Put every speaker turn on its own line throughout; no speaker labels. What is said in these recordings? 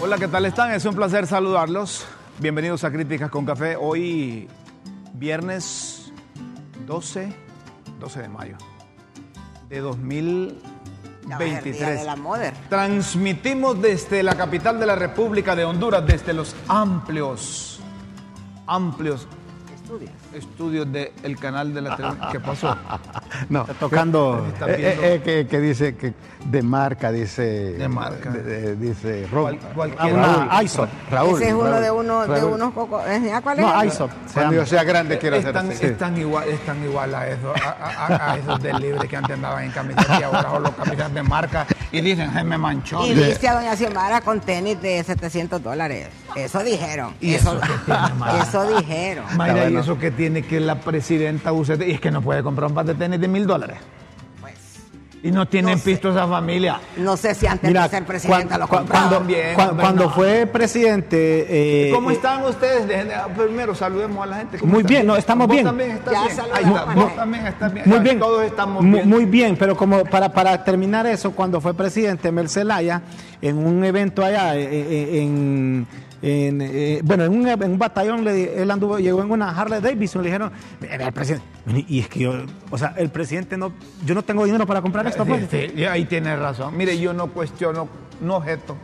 Hola, ¿qué tal están? Es un placer saludarlos. Bienvenidos a Críticas con Café. Hoy, viernes 12, 12 de mayo de 2023.
de la Mother.
Transmitimos desde la capital de la República de Honduras, desde los amplios, amplios
Estudias.
estudios del canal de la televisión. ¿Qué pasó?
No,
Está tocando-
eh,
está
eh,
viendo-
eh, que, que dice que de marca, dice.
De marca.
de- de- dice Ah, Rob.
Cual- cualquiera.
Raúl,
ISO.
Raúl.
Ese es uno
Raúl,
de, uno, de
Raúl.
unos cocos. ¿eh? ¿Cuál es?
No,
el-
ISO.
Se
Cuando yo sea grande quiero hacer
Eh, están,
así.
están igual, están igual a, eso, a, a- a- a esos del libre que antes andaban en camisetas y ahora solo camisetas de marca y dicen, se me manchó.
Y viste a doña Xiomara con tenis de 700 dólares. Eso dijeron.
¿Y eso qué tiene, Mara?
eso dijeron.
Mayra,
Está
¿y
bueno.
eso que tiene que la presidenta use? Y es que no puede comprar un par de tenis de mil dólares.
Pues,
Y no tienen
No sé.
pisto esa familia.
no sé si antes
Mira,
de ser presidenta
cuan-
lo
cuan-
compraron.
cuando,
Bien,
cuan-
hombre,
cuando
no.
fue presidente. eh,
¿Cómo están ustedes? Dejen de- ah, Primero saludemos a la gente. ¿Cómo
Muy
están?
bien, no, estamos
¿Vos
bien.
También estás
Ya
bien?
saludamos
Ahí está,
a la
vos
gente.
también estás bien.
Muy bien.
Todos estamos
Mu-
bien.
Muy bien, pero como para, para terminar eso, cuando fue presidente Mercelaya, en un evento allá, eh, eh, en, en, eh, bueno, en un, en un batallón, le, di- él anduvo, llegó en una Harley Davidson, le dijeron, era el presidente. Y es que yo, o sea, el presidente no, yo no tengo dinero para comprar esto, pues.
Sí, sí, Este, ahí tiene razón. Mire, yo no cuestiono, no objeto.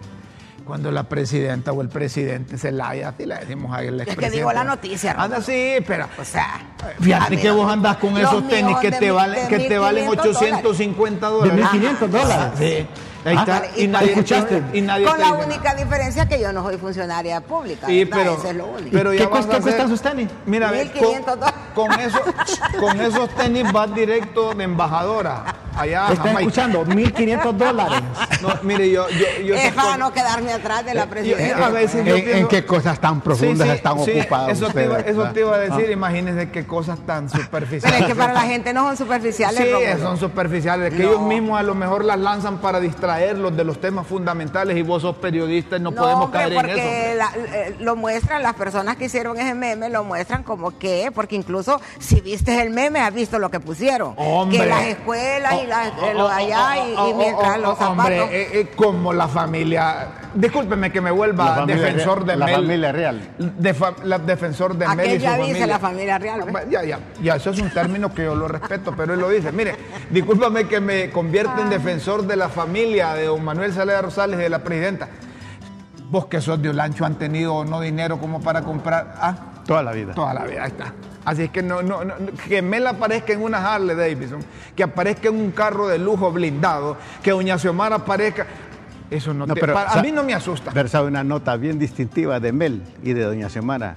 Cuando la presidenta o el presidente se la haya, así la decimos a él.
Es que digo la noticia, Roberto.
Anda, sí, espera.
O sea. a
Fíjate
mí
que
no-
vos andás con
los
esos
míos
tenis que
de
te
mil-
valen,
de
que te valen
1500 dólares.
850
De
dólares.
1.500
Ah,
dólares.
sí. Ahí
Ah,
está.
vale,
Y,
y
nadie
para-
¿Escuchaste?
y nadie
Con
te
la
dice nada.
única diferencia que yo no soy funcionaria pública.
Sí,
¿verdad?
pero,
Eso es lo único.
pero ya
¿Qué
vas
cuesta-
a
qué
hacer-
cuestan sus tenis?
Mira, ve,
1500
con, con, esos, con esos tenis vas directo de embajadora allá a
Están
Jamaica.
escuchando, 1.500 dólares.
No, mire, yo... yo, yo
es
te-
para no quedarme atrás de
Eh,
la
yo-
presidencia.
a veces yo
Eh, ¿En, en
pienso-
qué cosas tan profundas
Sí, sí,
están
sí,
ocupadas
Eso,
ustedes? Ah.
te, iba, eso
¿verdad?
te iba a decir, imagínense qué cosas tan
Pero
superficiales.
es que para la gente no son superficiales.
Sí,
Rómulo.
son superficiales, que
No.
ellos mismos a lo mejor las lanzan para distraerlos de los temas fundamentales y vos sos periodista y no, podemos
hombre,
caer en
porque
eso. hombre.
la- eh, lo muestran, las personas que hicieron ese meme lo muestran como que, porque incluso si viste el meme, has visto lo que pusieron.
Hombre.
Que las escuelas y las,
Oh,
eh, lo
oh,
de allá y-
oh,
y,
oh,
mientras
oh,
los
oh,
zapatos.
Hombre, eh, eh, como la familia. Discúlpeme que me
La
vuelva
familia
defensor
real-
de
la
Mel.
familia real.
De fa- la defensor de Mel. y su
aquella dice
familia.
la familia real.
eh,
¿ves?
Ya, ya, ya, eso es un término que yo lo respeto, pero él lo dice. Mire, discúlpame que me convierta en defensor de la familia de don Manuel Saleda Rosales y de la presidenta. Vos que sos de Olancho han tenido o no dinero como para comprar. Ah,
Toda la vida.
Toda la vida, ahí está. Así es que no, no, no- que Mel aparezca en una Harley Davidson, que aparezca en un carro de lujo blindado, que Doña Xiomara aparezca. Eso no,
No,
te-
pero,
para-
sa-
A mí no me asusta.
Pero sabe una nota bien distintiva de Mel y de Doña Xiomara.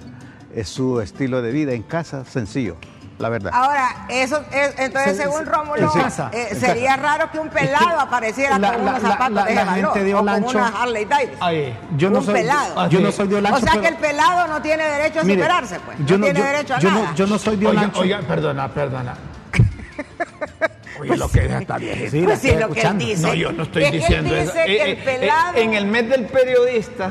Es su estilo de vida en casa sencillo, la verdad.
Ahora, eso es- entonces
Se-
según
se-
Rómulo,
en casa,
eh,
en
sería raro que un pelado apareciera
la-
con
la-
unos
la-
zapatos
la-
de
la
ese valor,
gente de
o con
Olancho- ah,
una Harley Davidson.
Ahí.
Yo no
un
soy
pelado.
yo no soy de Olancho.
o sea que
pero-
el pelado no tiene derecho a
mire,
superarse, pues. No,
yo
tiene
yo-
derecho a
yo
nada.
No, yo no soy de
Oiga,
Olancho.
oiga, perdona, perdona. Oye, lo que es esta viejita.
Sí, la
Pues sí,
estoy
lo que él
escuchando.
dice.
No, yo no estoy
Es que él
diciendo eso.
dice que
Eh,
el
eh,
pelado-
eh, en el mes del periodista,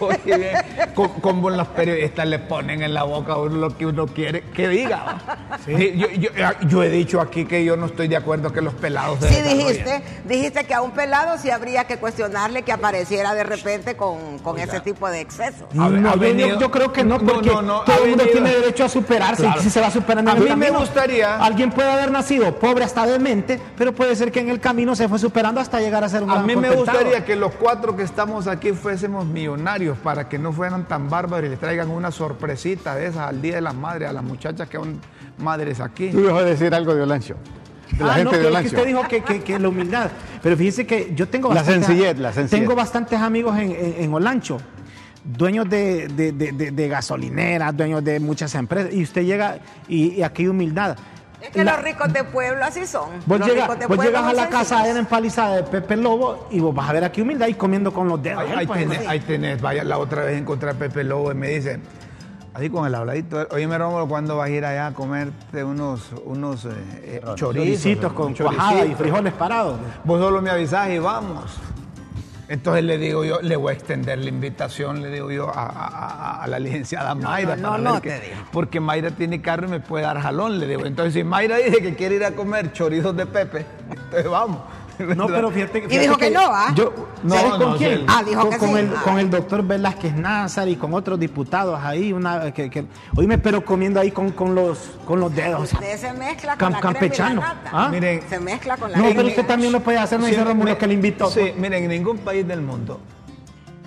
oye, bien, co- como los periodistas le ponen en la boca a uno lo que uno quiere que diga. va. Sí, Yo, yo- ah, yo he dicho aquí que yo no estoy de acuerdo que los pelados se
Sí
desarrollen.
dijiste, dijiste que a un pelado sí habría que cuestionarle que apareciera de repente con, con ese tipo de exceso.
A ver,
No,
ha
yo-
venido-
yo, yo creo que no,
No,
porque
no, no,
todo
ha
el mundo
venido-
tiene derecho a superarse.
Claro.
y Si se va superando
A
en el
mí me
camino.
gustaría-
Alguien puede haber nacido pobre hasta demente, pero puede ser que en el camino se fue superando hasta llegar a ser un
A
gran
mí me
potentado.
gustaría que los cuatro que estamos aquí fuésemos millonarios para que no fueran tan bárbaros y les traigan una sorpresita de esas al Día de las Madres, a las muchachas que son madres aquí.
Tú ibas a decir algo de Olancho. De la Ah, gente no, de creo que Olancho. usted dijo que, que- que la humildad. Pero fíjese que yo tengo La bastantes- sencillez, la sencillez. Tengo bastantes amigos en, en- en Olancho, dueños de, de- de- de- de gasolineras, dueños de muchas empresas. Y usted llega y, y aquí hay humildad.
Es que
La-
los ricos de pueblo así son.
Vos,
Los
llega-
ricos de
vos
pueblo
llegas a
son
la casa
sencillos.
de la empalizada de Pepe Lobo y vos vas a ver aquí humildad y comiendo con los dedos.
Ahí,
Él,
ahí
pues,
tenés, ahí tenés. Vaya, la otra vez encontré a Pepe Lobo y me dice, así con el habladito, eh, oye, me Rómulo, ¿cuándo vas a ir allá a comerte unos, unos eh, eh, chorizos?
Choricitos con
Choricitos.
cuajada y frijoles parados.
Vos solo me avisás y vamos. Entonces le digo yo, le voy a extender la invitación, le digo yo a, a- a- a la licenciada Mayra.
no,
para
no,
ver
te
que-
digo.
Porque Mayra tiene carro y me puede dar jalón, le digo. Entonces si Mayra dice que quiere ir a comer chorizos de Pepe, entonces vamos. ¿verdad?
No, pero fíjate,
Y
fíjate
dijo que no, ¿ah?
Yo,
No,
¿sabes
no,
con quién?
sí.
Ah, dijo
con,
que
con
sí.
El,
Ah.
con el doctor Velázquez Názar y con otros diputados ahí, una que, que oíme, pero comiendo ahí con, con los con los dedos.
Usted se mezcla con
Cam-
la
campechano.
crema y la nata.
Ah.
Miren.
se mezcla con la
No,
crema
pero
y
usted
la
también lo puede hacer, no dice
Sí,
Rómulo
mire,
que le invitó. pues.
Sí, miren, en ningún país del mundo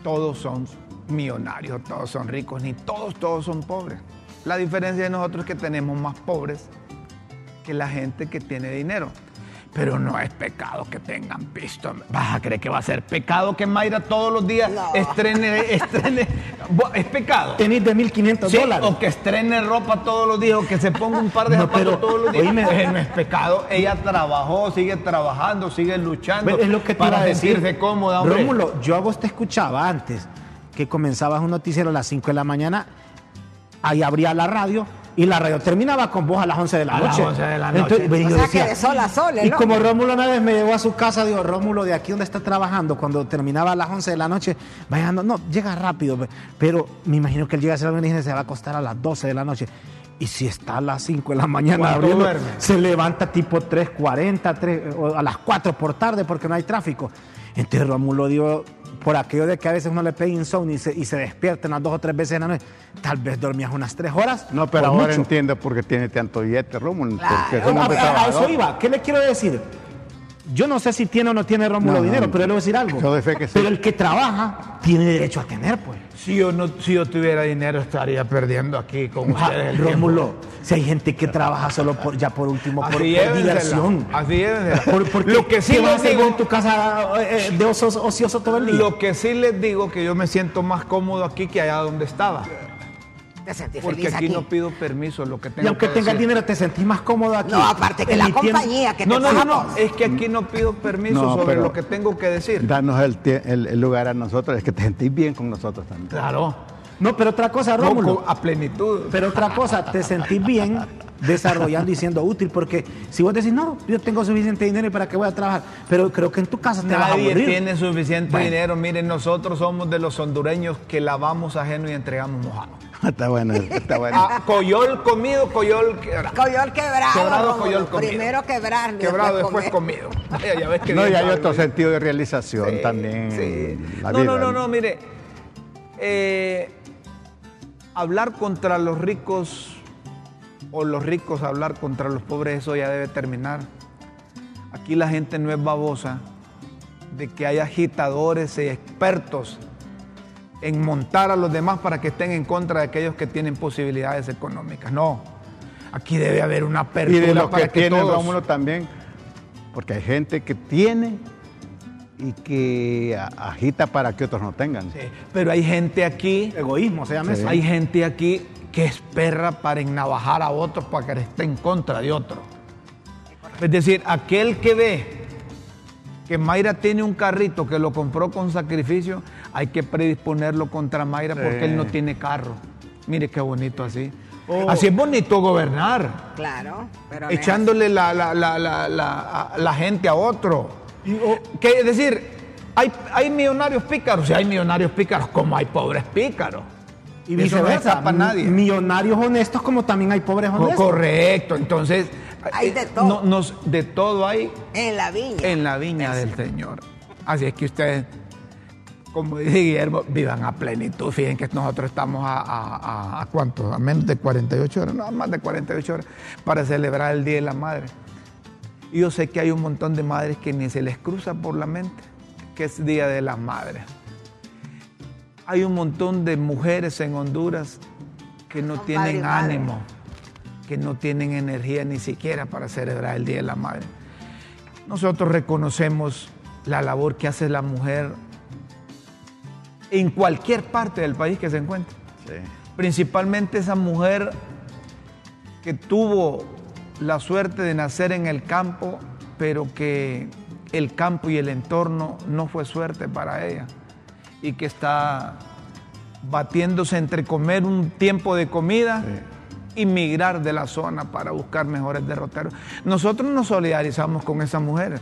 todos son millonarios, todos son ricos, ni todos, todos son pobres. La diferencia de nosotros es que tenemos más pobres que la gente que tiene dinero. Pero no es pecado que tengan pisto. ¿Vas a creer que va a ser pecado que Mayra todos los días
No.
estrene, estrene? Bo- ¿Es pecado?
Tenís de 1500
Sí,
dólares.
o que estrene ropa todos los días, o que se ponga un par de
No,
zapatos
pero,
todos los días.
oíme.
Pues no es pecado. Ella trabajó, sigue trabajando, sigue luchando
Ve, Pues, Es lo que te
para
iba a decir.
sentirse cómoda. hombre.
Rómulo, yo a vos te escuchaba antes que comenzabas un noticiero a las 5 de la mañana, ahí abría la radio y la radio terminaba con vos a las 11 de la
A las
noche.
11 de la noche.
ve,
O
yo
sea, que de sol a sol, ¿eh, el
Y como
hombre.
Rómulo una vez me llevó a su casa, digo, Rómulo, de aquí donde está trabajando, cuando terminaba a las 11 de la noche, va llegando, no, llega rápido, pe- pero me imagino que él llega a ser alienígena, se va a acostar a las 12 de la noche. Y si está a las 5 de la mañana
¿Cuánto
abriendo,
duerme?
se levanta tipo 3.40, 3, o a las 4 por tarde porque no hay tráfico. Entonces Rómulo dio, por aquello de que a veces uno le pega insomnio y se, y se despierta unas dos o tres veces en la noche, tal vez dormías unas 3 horas.
No, pero
por
ahora
mucho.
entiendo por qué tiene tanto billete, Rómulo. Porque es
A-
un hombre
a, a eso
trabajador.
iba. ¿Qué le quiero decir? Yo no sé si tiene o no tiene Rómulo
No, no,
dinero,
no.
pero le voy a decir algo.
Yo de fe que sí.
Pero el que trabaja tiene derecho a tener, pues.
Si yo, no, si yo tuviera dinero, estaría perdiendo aquí con
Ah,
ustedes. el
Rómulo, si hay gente que trabaja solo por, ya por último, por,
tiempo.
por
Así es.
diversión.
Así es.
Por- porque
Lo que sí
¿qué vas a
les
hacer
digo.
en tu casa eh, eh, de osos ocioso todo el día?
Lo que sí les digo que yo me siento más cómodo aquí que allá donde estaba.
Te sentís
Porque
feliz
aquí,
aquí.
no pido permiso, lo que tengo
y aunque
que
tengas
decir.
dinero, te sentís más cómodo aquí.
No, aparte que la
Emitiendo-
compañía que
No,
te
no, no,
pagamos.
no, es que aquí no pido permiso
No,
sobre
pero-
lo que tengo que decir.
Danos el, tie- el- el lugar a nosotros, es que te sentís bien con nosotros también.
Claro.
No, pero otra cosa,
No,
Rómulo.
con- a plenitud.
Pero otra cosa, te sentís bien desarrollando y siendo útil, porque si vos decís, no, yo tengo suficiente dinero ¿y para qué voy a trabajar, pero creo que en tu casa te vas a
Nadie
aburrir.
tiene suficiente
Bueno.
dinero. Miren, nosotros somos de los hondureños que lavamos ajeno y entregamos mojado.
está bueno, está bueno.
Ah, coyol comido, coyol quebrado.
Coyol quebrado.
Quebrado,
Rómulo.
coyol comido.
Primero quebrar.
Quebrado, después
comer.
comido. Vaya, ya ves que
no, y
bien
hay
hablo.
otro sentido de realización
Sí,
también.
Eh, sí.
en la
No, no,
vida,
no, no, mire. eh, hablar contra los ricos o los ricos hablar contra los pobres, eso ya debe terminar. Aquí la gente no es babosa de que hay agitadores y expertos en montar a los demás para que estén en contra de aquellos que tienen posibilidades económicas. No. Aquí debe haber una
Y
apertura
de los
para
que,
que,
tiene
todos-
Rómulo también, porque hay gente que tiene y que a- agita para que otros no tengan.
Sí, Eh, Pero hay gente aquí
Egoísmo se llama
Sí.
eso.
Hay gente aquí que es perra para enavajar a otros para que esté en contra de otros. Es decir, aquel que ve que Mayra tiene un carrito que lo compró con sacrificio, hay que predisponerlo contra Mayra porque él no tiene carro. Mire qué bonito así. Así es bonito gobernar,
Claro. Pero no es
echándole la, la- la- la- la- la gente a otro. Que, es decir, hay, hay millonarios pícaros, y hay millonarios pícaros como hay pobres pícaros.
Y
Eso no
viceversa,
escapa a nadie.
millonarios honestos como también hay pobres
Co-
honestos.
Correcto, entonces.
Hay
eh,
de todo.
no- nos- de todo hay
así. En la viña.
en la viña del Señor. Así es que ustedes, como dice Guillermo, vivan a plenitud. Fíjense que nosotros estamos a, a, a- a cuánto, a menos de 48 horas, no, más de 48 horas, para celebrar el Día de la Madre. Y yo sé que hay un montón de madres que ni se les cruza por la mente que es Día de las Madres. Hay un montón de mujeres en Honduras que no
Son padre y
tienen
madre.
ánimo, que no tienen energía ni siquiera para celebrar el Día de la Madre. Nosotros reconocemos la labor que hace la mujer en cualquier parte del país que se encuentre. Principalmente esa mujer que tuvo la suerte de nacer en el campo, pero que el campo y el entorno no fue suerte para ella y que está batiéndose entre comer un tiempo de comida y migrar de la zona para buscar mejores derroteros. Nosotros nos solidarizamos con esas mujeres.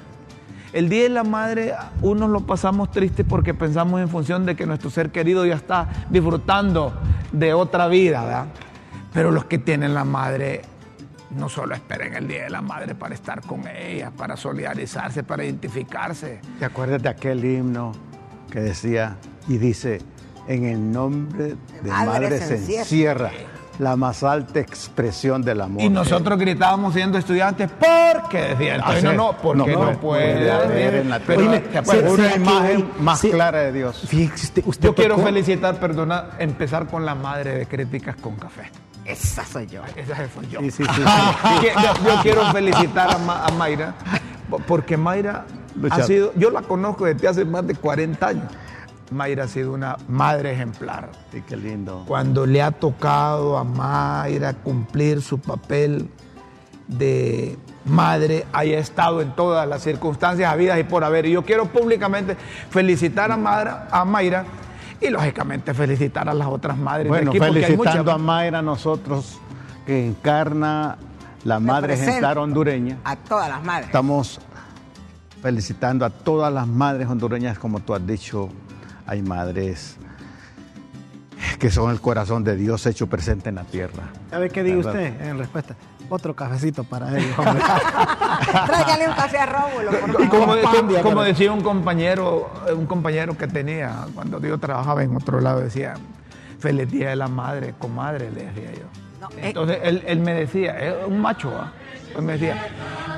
El Día de la Madre, unos lo pasamos triste porque pensamos en función de que nuestro ser querido ya está disfrutando de otra vida, ¿verdad? Pero los que tienen la madre no solo esperen el Día de la Madre para estar con ella, para solidarizarse, para identificarse.
¿Te acuerdas de aquel himno que decía y dice, en el nombre de
Madre
Madre,
se
se encierra la más alta expresión del amor? Eh,
Y nosotros gritábamos siendo estudiantes, porque decía, entonces, no, Ah, no, porque no, puede haber en la
Pero
Oye,
¿te
¿te
acuerdas?
acuerdas?
se-
una
se-
imagen
que-
más
se-
clara de Dios.
Fíjate, usted
Yo quiero
tocó-
felicitar, perdona, empezar con la madre de críticas con café.
Esa soy yo.
Esa fue yo. Ah,
Sí, sí, sí.
Que- yo, yo quiero felicitar a, Ma- a Mayra, po- porque Mayra ha
Luchadora.
sido, yo la conozco desde hace más de 40 años. Mayra ha sido una madre ejemplar.
Sí, qué lindo.
Cuando le ha tocado a Mayra cumplir su papel de madre, haya estado en todas las circunstancias habidas y por haber. Y yo quiero públicamente felicitar a, Madra- a Mayra y lógicamente felicitar a las otras madres del
Bueno,
equipo, que hay
felicitando
muchas.
a Mayra nosotros que encarna la madre
Representa.
ejemplar hondureña.
A todas las madres.
Estamos felicitando a todas las madres hondureñas, como tú has dicho, hay madres que son el corazón de Dios hecho presente en la tierra.
¿Sabe qué digo
¿Verdad?
usted en respuesta? Otro cafecito para ellos.
Tráigale un café a Rómulo, por favor.
Y como,
Con pan,
como- como
ya,
decía un compañero, eh, un compañero que tenía cuando yo trabajaba en otro lado, decía, feliz día de la madre, comadre, le decía yo.
No, eh.
Entonces él, él me decía, es un macho, ¿ah? Él me decía,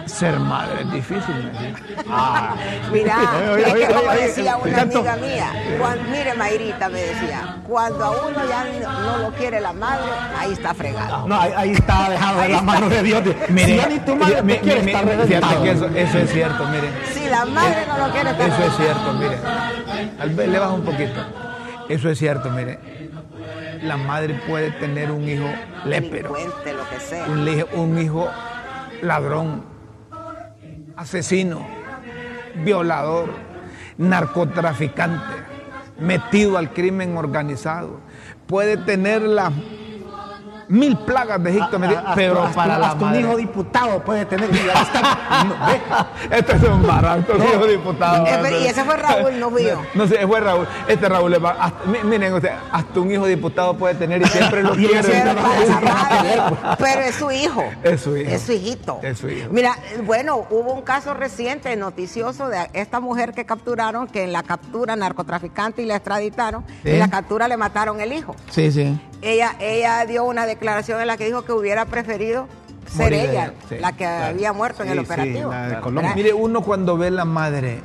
ser madre es difícil, me decía.
Mira,
oye,
es
oye,
Ah. que como
oye,
decía
oye,
una
canto.
amiga mía, cuan- mire Mayrita me decía, cuando a uno ya no, no lo quiere la madre, ahí está fregado.
No, ahí, ahí está dejado en la mano de Dios. si ya ni tu madre te
mi-
quiere,
mi-
está
mi- fíjate
reventado.
que eso, eso es cierto, mire.
Si la madre no lo quiere, está
Eso es
fregado.
cierto, mire. Tal vez le bajo un poquito. Eso es cierto, mire. La madre puede tener un hijo lépero.
Delincuente, lo que sea.
un, li- un hijo ladrón, asesino, violador, narcotraficante, metido al crimen organizado. Puede tener las mil plagas de Egipto,
A-
me di-
a-
pero
Ah, hasta-
para la
hasta un
madre.
hijo diputado puede tener. y ya está. No, ve.
Este es un barato, hijo diputado.
Eh, pero- y ese fue Raúl, no fui yo.
No sé, fue Raúl. Este Raúl es bar- hasta- mi- Miren ustedes, hasta un hijo diputado puede tener y siempre lo
Y
quiere. Este
Pero,
Pero-
para la madre, pero es su hijo.
Es su hijo.
Es su hijito.
Es su hijo.
Mira, bueno, hubo un caso reciente, noticioso, de esta mujer que capturaron, que en la captura narcotraficante y la extraditaron,
Sí.
en la captura le mataron el hijo.
Sí, sí.
Ella, ella dio una declaración en la que dijo que hubiera preferido ser
Morir
ella
ella, sí,
la que
claro.
había muerto en
Sí,
el
sí,
operativo.
la de
¿Verdad?
Colombia.
Mire, uno cuando ve la madre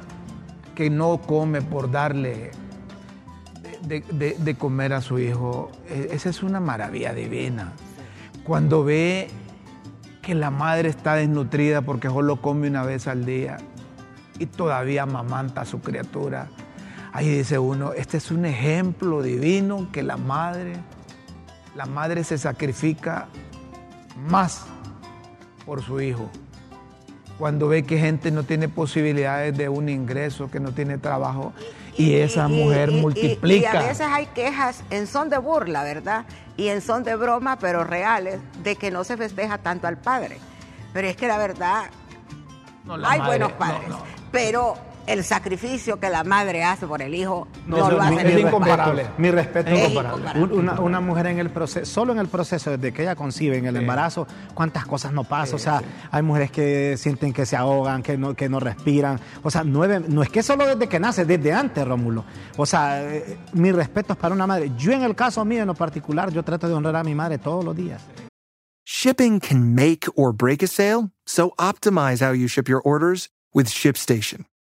que no come por darle de, de- de comer a su hijo, e- esa es una maravilla divina. Cuando ve que la madre está desnutrida porque solo come una vez al día y todavía amamanta a su criatura, ahí dice uno, este es un ejemplo divino que la madre, la madre se sacrifica más por su hijo cuando ve que gente no tiene posibilidades de un ingreso, que no tiene trabajo, y esa
Y- y-
mujer
y- y-
multiplica.
Y, a veces hay quejas en son de burla, ¿verdad? Y en son de broma, pero reales, de que no se festeja tanto al padre. Pero es que la verdad,
No, la
hay
madre,
buenos padres,
no, no.
pero el sacrificio que la madre hace por el hijo no,
No, no,
lo hace
mi-
es
mi
ningún
incomparable.
padre.
respeto, Mi respeto.
Es incomparable.
Un- Una, una mujer en el proceso, solo en el proceso, desde que ella concibe, en el embarazo, cuántas cosas no pasan. o sea, hay mujeres que sienten que se ahogan, que no, que no respiran. O sea, nueve, no es que solo desde que nace, desde antes, Rómulo. O sea, eh, mi respeto es para una madre. Yo en el caso mío en lo particular, yo trato de honrar a mi madre todos los días.
Shipping can make or break a sale, so optimize how you ship your orders with ShipStation.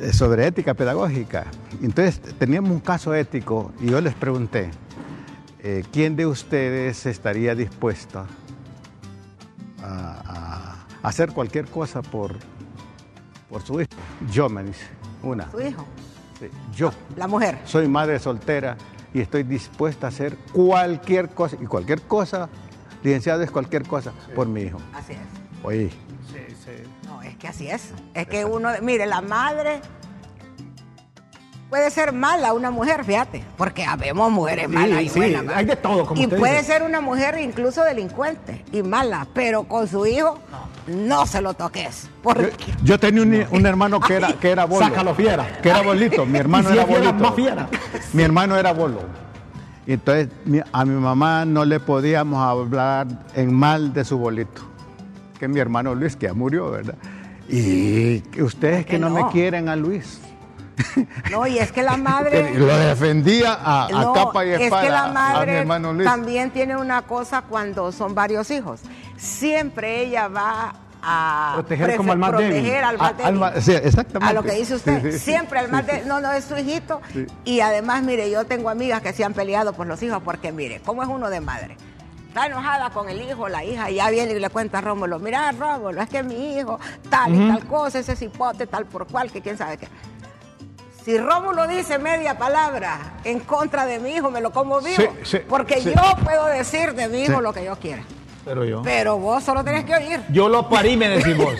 eh, sobre ética pedagógica. Entonces teníamos un caso ético y yo les pregunté, eh, ¿quién de ustedes estaría dispuesta a, a hacer cualquier cosa por, por su hijo? Yo me dice, una,
Su hijo,
sí, yo.
la mujer.
Soy madre soltera y estoy dispuesta a hacer cualquier cosa. Y cualquier cosa licenciado es cualquier cosa por mi hijo.
Así es.
Oye,
No, es que así es. Es que uno, mire, la madre puede ser mala una mujer, fíjate, porque habemos mujeres malas y
sí,
buenas, ¿va?
hay de todo, como
Y
usted
puede
dice.
ser una mujer incluso delincuente y mala, pero con su hijo no se lo toques.
yo,
Porque
yo tenía un, un hermano que era, que era bolo.
Sácalo, fiera.
Que era bolito. Mi hermano
Y si
era
es fiera,
bolito.
más fiera.
Mi hermano era bolo. Y entonces mi- a mi mamá no le podíamos hablar en mal de su bolito. Que mi hermano Luis, que ya murió, ¿verdad? Y que ustedes que
qué
no,
no?
me quieren a Luis.
no, y es que la madre.
Que Lo defendía a, a
No,
capa y espada
Es que la
a- a mi
madre
hermano Luis.
también tiene una cosa cuando son varios hijos. Siempre ella va a
Proteger
prefe-
como al más débil.
proteger al
A-
más
al
débil.
ma- Ah, sí, exactamente.
A lo que dice usted,
Sí, sí, sí.
siempre al más débil. No, no, es su hijito.
Sí.
Y además, mire, yo tengo amigas que se han peleado por los hijos porque, mire, ¿cómo es uno de madre? Está enojada con el hijo, la hija, y ya viene y le cuenta a Rómulo, mira Rómulo, es que mi hijo, tal y tal cosa, ese cipote, tal por cual, que quién sabe qué. Si Rómulo dice media palabra en contra de mi hijo, me lo como vivo.
Sí, sí,
porque
sí.
yo puedo decir de mi hijo
Sí. Oh.
lo que yo quiera.
Pero yo.
Pero vos solo tenés que oír.
Yo lo parí, me decís vos.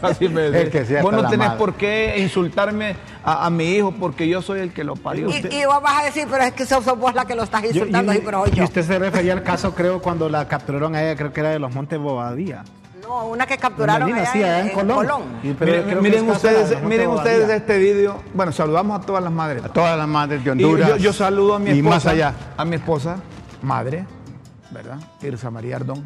Así me decís.
Es que sí, hasta
vos no
la
tenés
madre.
por qué insultarme a, a mi hijo porque yo soy el que lo parió.
Y, y vos vas a decir, pero es que sos, sos vos la que lo estás insultando, sí, pero soy
y
yo.
usted se refería al caso, creo, cuando la capturaron a ella, creo que era de los Montes Bobadilla.
No, una que capturaron
Doña Lina,
allá
sí, allá
en,
en
en
Colón.
Colón.
Y- pero creo
miren
que
miren
es casa de los
ustedes,
Montes
miren
Bobadilla.
ustedes este vídeo. Bueno, saludamos a todas las madres.
A todas las madres de
Y yo-
Honduras.
Yo, yo saludo a mi
Y
esposa.
más allá.
A mi esposa, madre, ¿verdad? Irsa María Ardón.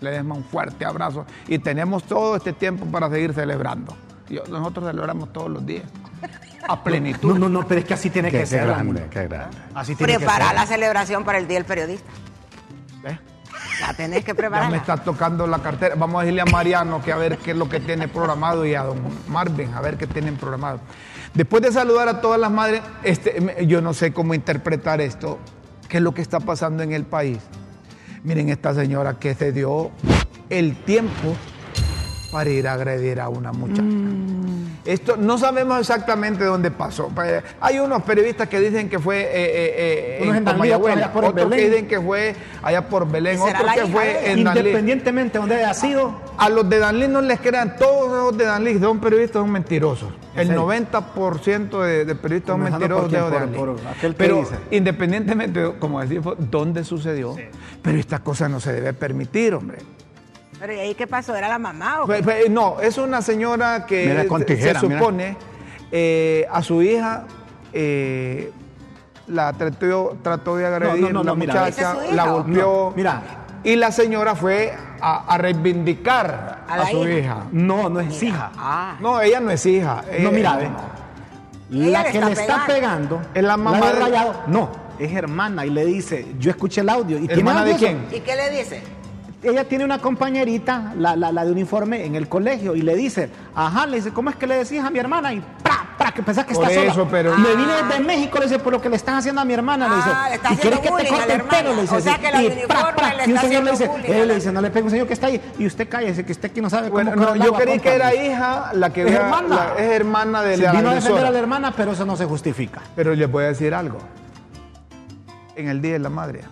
Le demos un fuerte abrazo. Y tenemos todo este tiempo para seguir celebrando. Yo- nosotros celebramos todos los días. A plenitud.
No, no, no, pero es que así tiene
Qué,
que
qué
ser.
grande,
Rómulo.
qué grande.
Así tiene
Prepara
que
la
ser.
celebración para el Día del Periodista.
¿Ves?
La tenés que
Ya me
preparar.
está tocando la cartera. Vamos a decirle a Mariano que a ver qué es lo que tiene programado y a don Marvin a ver qué tienen programado. Después de saludar a todas las madres, este, me- yo no sé cómo interpretar esto, qué es lo que está pasando en el país. Miren esta señora que se dio el tiempo para ir a agredir a una muchacha.
Mm.
Esto no sabemos exactamente dónde pasó. Pa- Hay unos periodistas que dicen que fue eh, eh, eh,
Unos
en
en Danlí,
Comayagüela,
otros allá por
otros que
Belén.
dicen que fue allá por Belén,
¿Será
otros
la
que
hija de
fue
ella?
en Danlí.
Independientemente de dónde haya sido,
A los de Danlí no les crean, todos los de Danlí son periodistas, son mentirosos. El 90% de, de periodistas son
Comenzando
mentirosos
por
de
quién,
los de Danlí.
por- por aquel que
Pero
dice.
independientemente, de, como decimos, dónde sucedió, pero esta cosa no se debe permitir, hombre.
Pero ¿y ahí qué pasó? ¿Era la mamá o
Fue-
qué?
fue- no, es una señora que
Mira, con
se-
tijera,
se
mira.
supone eh, a su hija eh, la trató, trató de agredir,
No, no, no,
la
no, mira,
muchacha
¿Esa es su
la
hija?
golpeó.
No, mira.
Y la señora fue a, a reivindicar
A
a,
la
su
hija.
hija.
no, no es hija.
Ah,
No, ella no es hija. Eh,
No,
ella-
mira, ve.
Ella
La
le
que
está
le está
pegando.
pegando
Es la mamá
de
de-
Rayado. No, es hermana y le dice, yo escuché el audio. ¿Y tiene
¿Hermana de
audio?
quién?
¿Y qué le dice?
Ella tiene una compañerita, la, la- la de uniforme, en el colegio y le dice, ajá, le dice, ¿cómo es que le decís a mi hermana? Y pra, pra, que pensás que
Por
está sola.
eso, pero-
Me vine desde México, le dice, por lo que le están haciendo a mi hermana, le dice.
Ah, le está
"¿Y querés
haciendo
que te
bullying a
corte
la
el pelo?
hermana.
Le dice,
O sea,
así.
que la
Y
uniforme le
y
está
un señor le
haciendo
dice,
bullying a
eh,
la-
le dice, no le pegue un señor que está ahí. Y usted cállese, que usted que no sabe cómo...
Bueno,
correr
no,
el
yo
agua,
creí que era
compadre".
hija la que
Es
era-
hermana.
la- es hermana de
Se
la
vino a defender
agresora.
a la hermana, pero eso no se justifica.
Pero les voy a decir algo. En el Día de la Madre.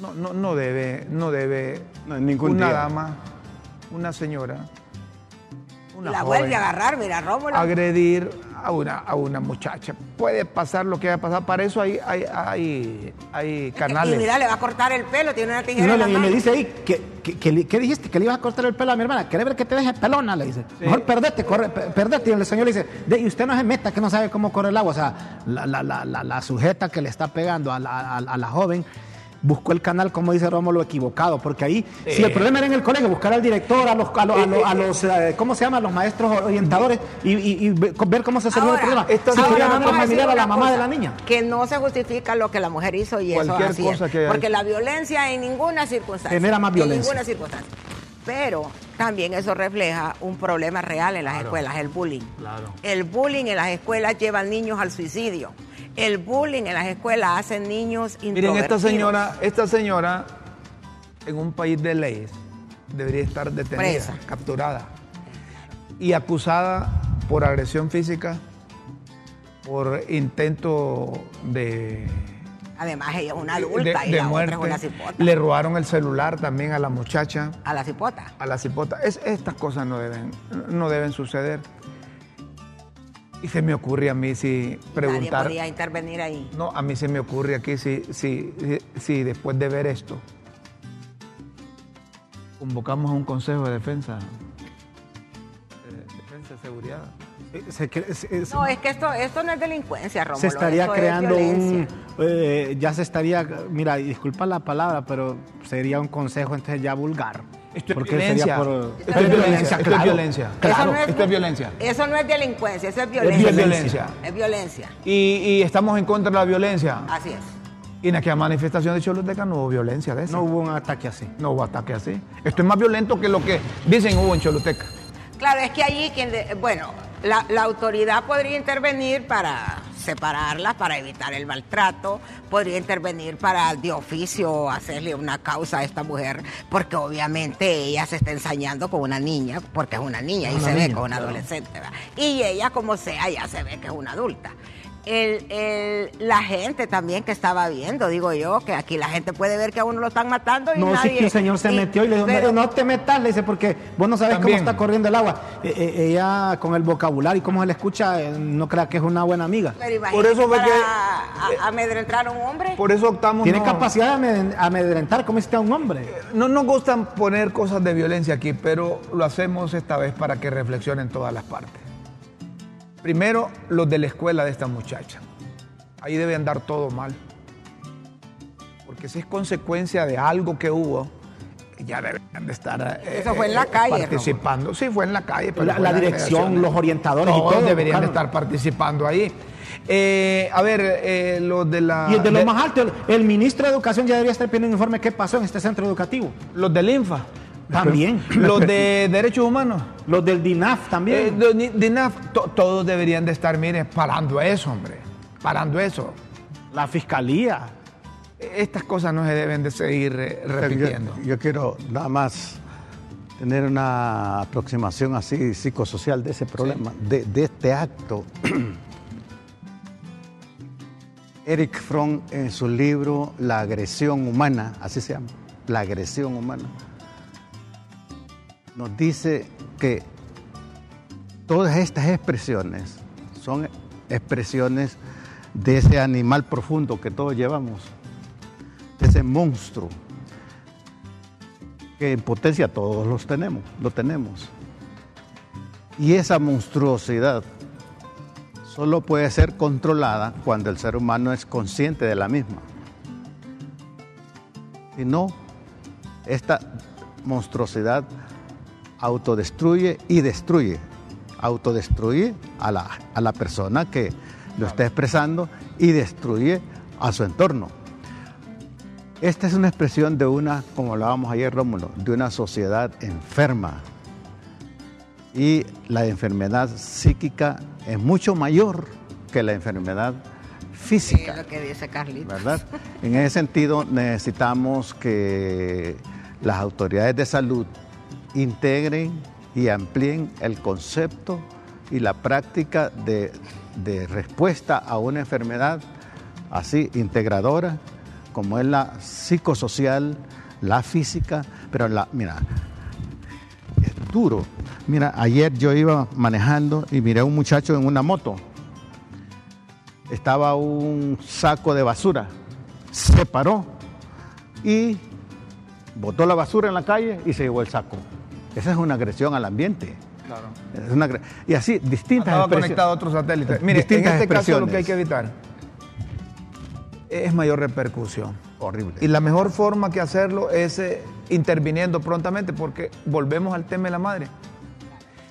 No, no, no debe, no debe
No, en ningún
una
día.
dama, una señora, una
la
joven,
vuelve a agarrar, mira, Rómulo.
agredir a una, a una muchacha. Puede pasar lo que haya pasado. Para eso hay, hay, hay, hay
Y
canales.
mira, le va a cortar el pelo, tiene una
Y
tijera
no,
en la
le, y
mano.
le dice ahí, ¿qué, qué, qué le- qué dijiste? ¿Que le ibas a cortar el pelo a mi hermana? ¿Querés ver que te deje pelona? Le dice. Mejor perdete, corre, pe- perdete. Y el señor le dice, "De- y usted no se meta que no sabe cómo corre el agua. O sea, la, la, la, la, la sujeta que le está pegando a la, a, a la joven. Buscó el canal, como dice Rómulo, equivocado, porque ahí, si el problema era en el colegio, buscar al director, a los, a los, a los, a los, eh, ¿cómo se llama? A los maestros orientadores y, y- y ve- ver cómo se solucionó el
Ahora,
problema.
esta-
Si
ahora,
quería mandar
vamos
a
decir
familiar a
una
la mamá de
cosa,
la niña.
Que no se justifica lo que la mujer hizo y eso
Cualquier
así
cosa
es.
que haya
Porque
hecho.
la violencia en ninguna circunstancia.
Genera más
En
violencia.
ninguna circunstancia. Pero también eso refleja un problema real en las escuelas, el bullying. El bullying en las escuelas lleva niños al suicidio. El bullying en las escuelas hace niños
Miren, esta
introvertidos.
señora, esta señora, en un país de leyes, debería estar detenida,
Presa.
capturada y acusada por agresión física, por intento de
Además, ella es una
de,
adulta y
de
la
muerte.
otra es una cipota.
Le robaron el celular también a la muchacha,
A la cipota.
a la cipota. Es, estas cosas no deben, no deben suceder. Y se me ocurre a mí si
Nadie
preguntar.
podía intervenir ahí.
No, a mí se me ocurre aquí si, si, si- si después de ver esto convocamos a un consejo de defensa. eh, defensa, seguridad.
Se cre- se- se-
No, es que esto, esto no es delincuencia, Romulo.
se estaría
esto es
creando un.
violencia.
eh, ya se estaría. Mira, y disculpa la palabra, pero sería un consejo entonces ya vulgar.
Esto es
Porque
violencia.
sería
Esto
por.
es violencia, esto es
claro,
violencia.
claro.
Eso no
esto es violencia.
Eso no es delincuencia, eso es
violencia.
violencia. Es violencia,
Y, y estamos en contra de la violencia.
así es.
Y en aquella manifestación de Choluteca no hubo violencia de esa.
No hubo un ataque así.
No hubo ataque así. Esto es más violento que lo que dicen hubo en Choluteca.
Claro, es que allí, quien de- bueno, la, la autoridad podría intervenir para separarlas, para evitar el maltrato, podría intervenir para de oficio hacerle una causa a esta mujer, porque obviamente ella se está ensañando con una niña, porque es una niña y
Una
se ve
niña,
con una
claro.
adolescente. ¿verdad? Y ella, como sea, ya se ve que es una adulta. El- el- la gente también que estaba viendo, digo yo, que aquí la gente puede ver que a uno lo están matando y
No, sí
nadie...
que el señor se
y-
metió y le dijo,
pero-
no te metas, le dice, porque vos no sabes
También.
cómo está corriendo el agua. Eh, eh, ella, con el vocabulario y cómo se le escucha, eh, no crea que es una buena amiga.
Pero imagínate
Por eso fue
para
que- eh,
a- amedrentar a un hombre.
Por eso optamos.
Tiene
no-
capacidad de amed- amedrentar, como hiciste a un hombre.
No nos gustan poner cosas de violencia aquí, pero lo hacemos esta vez para que reflexionen todas las partes. Primero, los de la escuela de esta muchacha. Ahí debe andar todo mal. Porque si es consecuencia de algo que hubo, ya deberían de estar. eh,
Eso fue en la calle,
Participando. Sí, fue en la calle. pero
La-
fue
la
en las
dirección,
delegaciones.
los orientadores y
Todos
todo,
deberían de
buscaron.
estar participando ahí. Eh, a ver, eh, los de la.
Y el de
de-
lo más alto, el, el ministro de Educación ya debería estar pidiendo un informe qué pasó en este centro educativo.
Los del INFA.
También.
Los de Derechos Humanos.
Los del
Eh,
DINAF también.
do- ni- DINAF, to- todos deberían de estar, mire, parando eso, hombre, parando eso.
la fiscalía.
Eh, Estas cosas no se deben de seguir eh, repitiendo.
Yo, yo quiero nada más tener una aproximación así psicosocial de ese problema, de, de este acto. Eric Fromm en su libro La agresión humana, así se llama, La agresión humana, nos dice que todas estas expresiones son expresiones de ese animal profundo que todos llevamos, de ese monstruo que en potencia todos los tenemos, lo tenemos. Y esa monstruosidad solo puede ser controlada cuando el ser humano es consciente de la misma. Si no, esta monstruosidad autodestruye y destruye. Autodestruye a la, a la persona que lo está expresando y destruye a su entorno. Esta es una expresión de una, como hablábamos ayer, Rómulo, de una sociedad enferma. Y la enfermedad psíquica es mucho mayor que la enfermedad
Sí,
física.
lo que dice Carlita.
¿verdad? En ese sentido, necesitamos que las autoridades de salud integren y amplíen el concepto y la práctica de, de respuesta a una enfermedad así integradora, como es la psicosocial, la física, pero la, mira, es duro. Mira, ayer yo iba manejando y miré a un muchacho en una moto estaba un saco de basura. Se paró y botó la basura en la calle y se llevó el saco. Esa es una agresión al ambiente. Es una agre- y así, distintas
Estaba
expresiones.
conectado a otros satélites. Mire,
Distintas
en este caso lo que hay
expresiones.
que evitar es mayor repercusión.
Horrible.
Y la mejor forma que hacerlo es eh, interviniendo prontamente, porque volvemos al tema de la madre.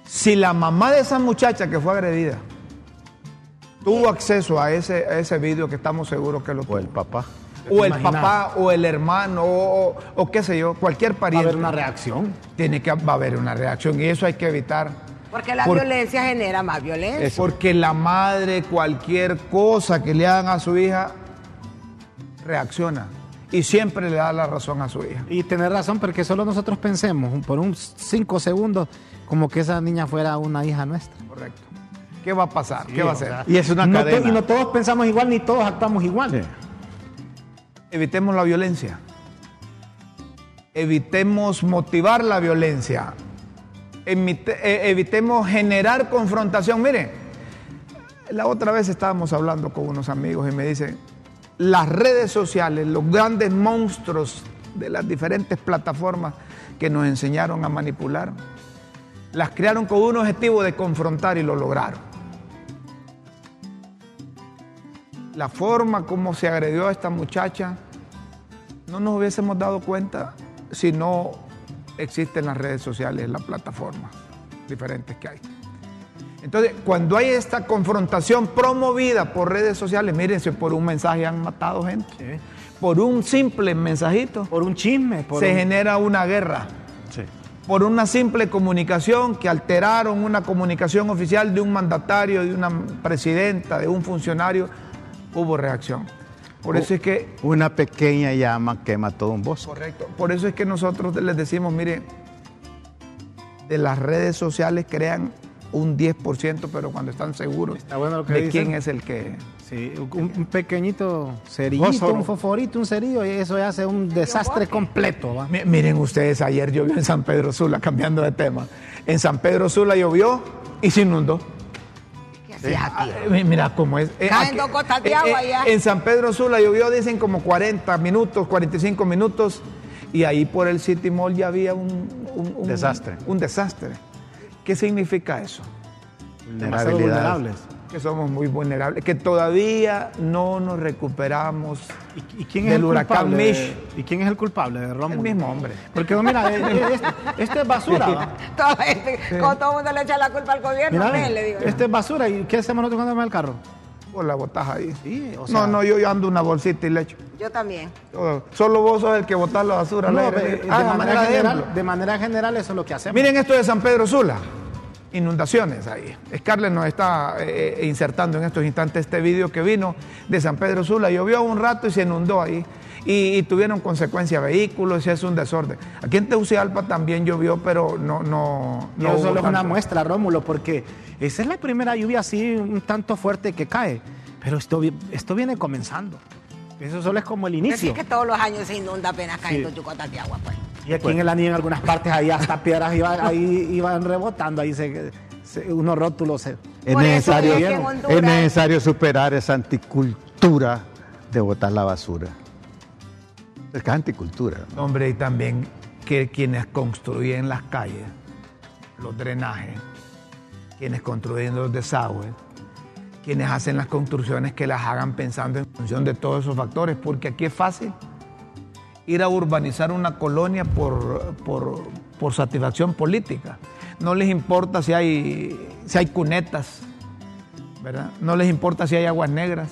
Si la mamá de esa muchacha que fue agredida tuvo acceso a ese, a ese video que estamos seguros que lo tuvo.
o el papá.
o el
Imaginar.
papá o el hermano o, o- o qué sé yo, cualquier
Va a
pariente.
haber una reacción.
Tiene que va a haber una reacción y eso hay que evitar.
Porque la
Por-
violencia genera más violencia.
Porque la madre, cualquier cosa que le hagan a su hija, reacciona y siempre le da la razón a su hija.
Y tener razón, porque solo nosotros pensemos un- por un cinco segundos como que esa niña fuera una hija nuestra.
Correcto. ¿Qué va a pasar? ¿Qué va a
o
ser?
sea,
Y es una
no to-
cadena.
y no todos pensamos igual ni todos actuamos igual.
Sí.
Evitemos la violencia. Evitemos motivar la violencia. Emite- eh, evitemos generar confrontación. Mire, la otra vez estábamos hablando con unos amigos y me dicen, las redes sociales, los grandes monstruos de las diferentes plataformas que nos enseñaron a manipular, las crearon con un objetivo de confrontar y lo lograron. La forma como se agredió a esta muchacha, no nos hubiésemos dado cuenta si no existen las redes sociales, las plataformas diferentes que hay. Entonces, cuando hay esta confrontación promovida por redes sociales, mírense, por un mensaje han matado gente. Por un simple mensajito
Por un chisme. Por
se
un-
genera una guerra.
Sí.
Por una simple comunicación que alteraron una comunicación oficial de un mandatario, de una presidenta, de un funcionario, hubo reacción. Por eso es que
Una pequeña llama quema todo un bosque.
Correcto. Por eso es que nosotros les decimos, mire, de las redes sociales crean un 10%, pero cuando están seguros
Está bueno lo que
de
dicen.
quién es el que...
Sí, un, un pequeñito cerillito,
Fósforo.
un fosforito, un cerillo, y eso ya hace un desastre completo. ¿va?
Mi- Miren ustedes, ayer llovió en San Pedro Sula, cambiando de tema. En San Pedro Sula llovió y se inundó.
¿Qué hacía
Ah,
aquí?
eh, mira cómo es. Eh,
Caen dos gotas de agua ya.
En San Pedro Sula llovió, dicen, como 40 minutos, 45 minutos. Y ahí por el City Mall ya había un, un- un-
Desastre.
Un desastre. ¿Qué significa eso?
Demasiado
Vulnerabilidad.
vulnerables.
que somos muy vulnerables, que todavía no nos recuperamos
¿Y, y quién es
del
el
huracán
culpable?
Mitch.
¿Y quién es el culpable de Rómulo?
El mismo hombre.
Porque mira, eh, eh, este, este es basura. ¿va?
Todo este- como todo el mundo le echa la culpa al gobierno,
Mira,
men, le digo. yo.
este es basura. ¿Y qué hacemos nosotros cuando vamos al carro?
Vos la botás ahí.
Sí, o sea-
no, no, yo, yo ando una bolsita y le echo.
Yo también.
Yo- Solo vos sos el que botás la basura. al
No,
aire
de,
libre.
de
Ah,
manera general,
ejemplo.
de manera general eso es lo que hacemos.
Miren esto de San Pedro Sula. Inundaciones ahí. Scarlett nos está eh, eh, insertando en estos instantes este video que vino de San Pedro Sula. Llovió un rato y se inundó ahí. Y, y tuvieron consecuencias vehículos y es un desorden. Aquí en Tegucigalpa también llovió, pero no. no,
Y
no
eso
hubo
solo es una
tanto.
muestra, Rómulo, porque esa es la primera lluvia así un tanto fuerte que cae. Pero esto, vi- esto viene comenzando. Eso solo es como el
Pero sí
inicio.
es que todos los años se inunda apenas caen
Sí.
dos yucotas de agua, pues.
Y aquí en el anillo, en algunas partes, ahí hasta piedras iba- ahí iban rebotando, ahí se, se- unos rótulos. se-
Es
Por eso
necesario,
es que en Honduras-
es necesario superar esa anticultura de botar la basura. Es que es anticultura. ¿no?
Hombre, y también que quienes construyen las calles, los drenajes, quienes construyen los desagües, quienes hacen las construcciones que las hagan pensando en función de todos esos factores, porque aquí es fácil ir a urbanizar una colonia por, por- por satisfacción política. No les importa si hay, si hay cunetas, ¿verdad? No les importa si hay aguas negras.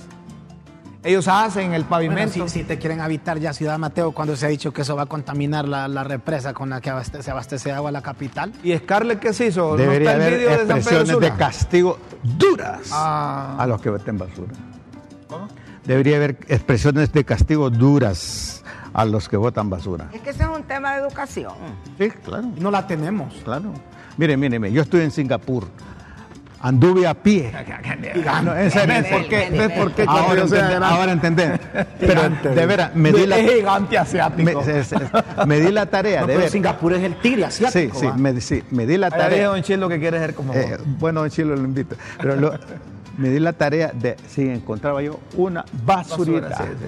Ellos hacen el
Bueno,
pavimento.
si, si te quieren habitar ya Ciudad Mateo, cuando se ha dicho que eso va a contaminar la, la represa con la que abaste- se abastece agua la capital.
¿Y Scarlett qué se hizo?
Debería
¿No está el
haber
vídeo de San Pedro
expresiones de,
Sula?
castigo duras
Ah.
a los que boten basura. Debería haber expresiones de castigo duras a los que botan basura.
Es que ese es un tema de educación.
Sí, claro.
Y no la tenemos.
Claro. Mire, mire, yo estuve en Singapur. Anduve a pie. No, en serio.
¿Ves por qué? ¿Ves por qué? cuando
Ahora,
yo sea
entendé-
grande?
ahora entender. Pero
Gigante.
de veras, me di la,
Es gigante
me,
asiático.
se- se- me di la tarea.
No,
de
pero
ver.
Singapur es el tigre
Sí,
asiático.
sí
¿va?
me, sí, me di la
Ahí dije,
tarea.
don Chilo que quiere ser como
Eh,
vos.
bueno, don Chilo lo invito. Pero lo- me di la tarea de si encontraba yo una basurita.
Basura, sí,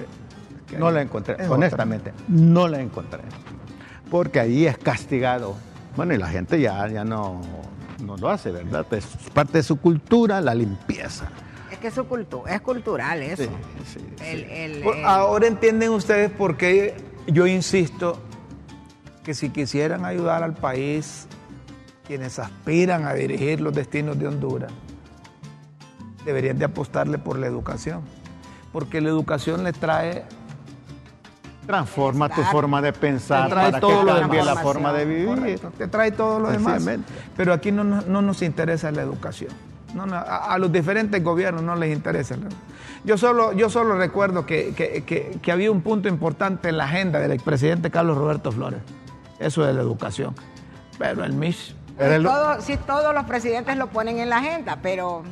sí.
No la encontré,
Es
honestamente, no la encontré. Porque ahí es castigado. Bueno, y la gente ya, ya no, no lo hace, ¿verdad? Es parte de su cultura, la limpieza.
Es que es su cultura, es cultural eso.
Sí, sí, sí.
El- el- eh,
Por-
el-
Ahora entienden ustedes por qué yo insisto que si quisieran ayudar al país, quienes aspiran a dirigir los destinos de Honduras, deberían de apostarle por la educación. Porque la educación le trae
Transforma tu
Exacto.
forma de pensar
Te trae
para
todo
que
lo
cambie la
demás.
forma de vivir.
Correcto, Te trae todo lo demás.
Sencillamente.
Pero aquí no, nos- no nos interesa la educación. No, no, a, a los diferentes gobiernos no les interesa. la- Yo solo, yo solo recuerdo que, que- que- que había un punto importante en la agenda del expresidente Carlos Roberto Flores. Eso de la educación. Pero el MISH.
Era el-
todo- sí, todos los presidentes lo ponen en la agenda, pero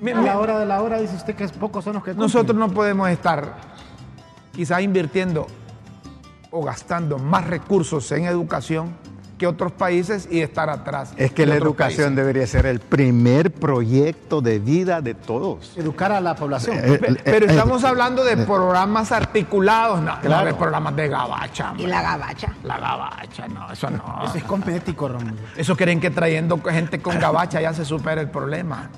mi-
A
mi- Ah.
la hora de la hora dice usted que es pocos son los que cumplen.
nosotros no podemos estar quizás invirtiendo o gastando más recursos en educación que otros países y estar atrás.
Es que
de
la
otros
educación
países.
debería ser el primer proyecto de vida de todos.
Educar a la población.
Eh,
Pe- Pero estamos hablando de programas articulados, no, no
Claro.
de programas de gabacha.
Y
hombre.
la gabacha.
La gabacha, no, eso no.
Eso es compético, Rómulo.
Eso creen que trayendo gente con gabacha ya se supera el problema.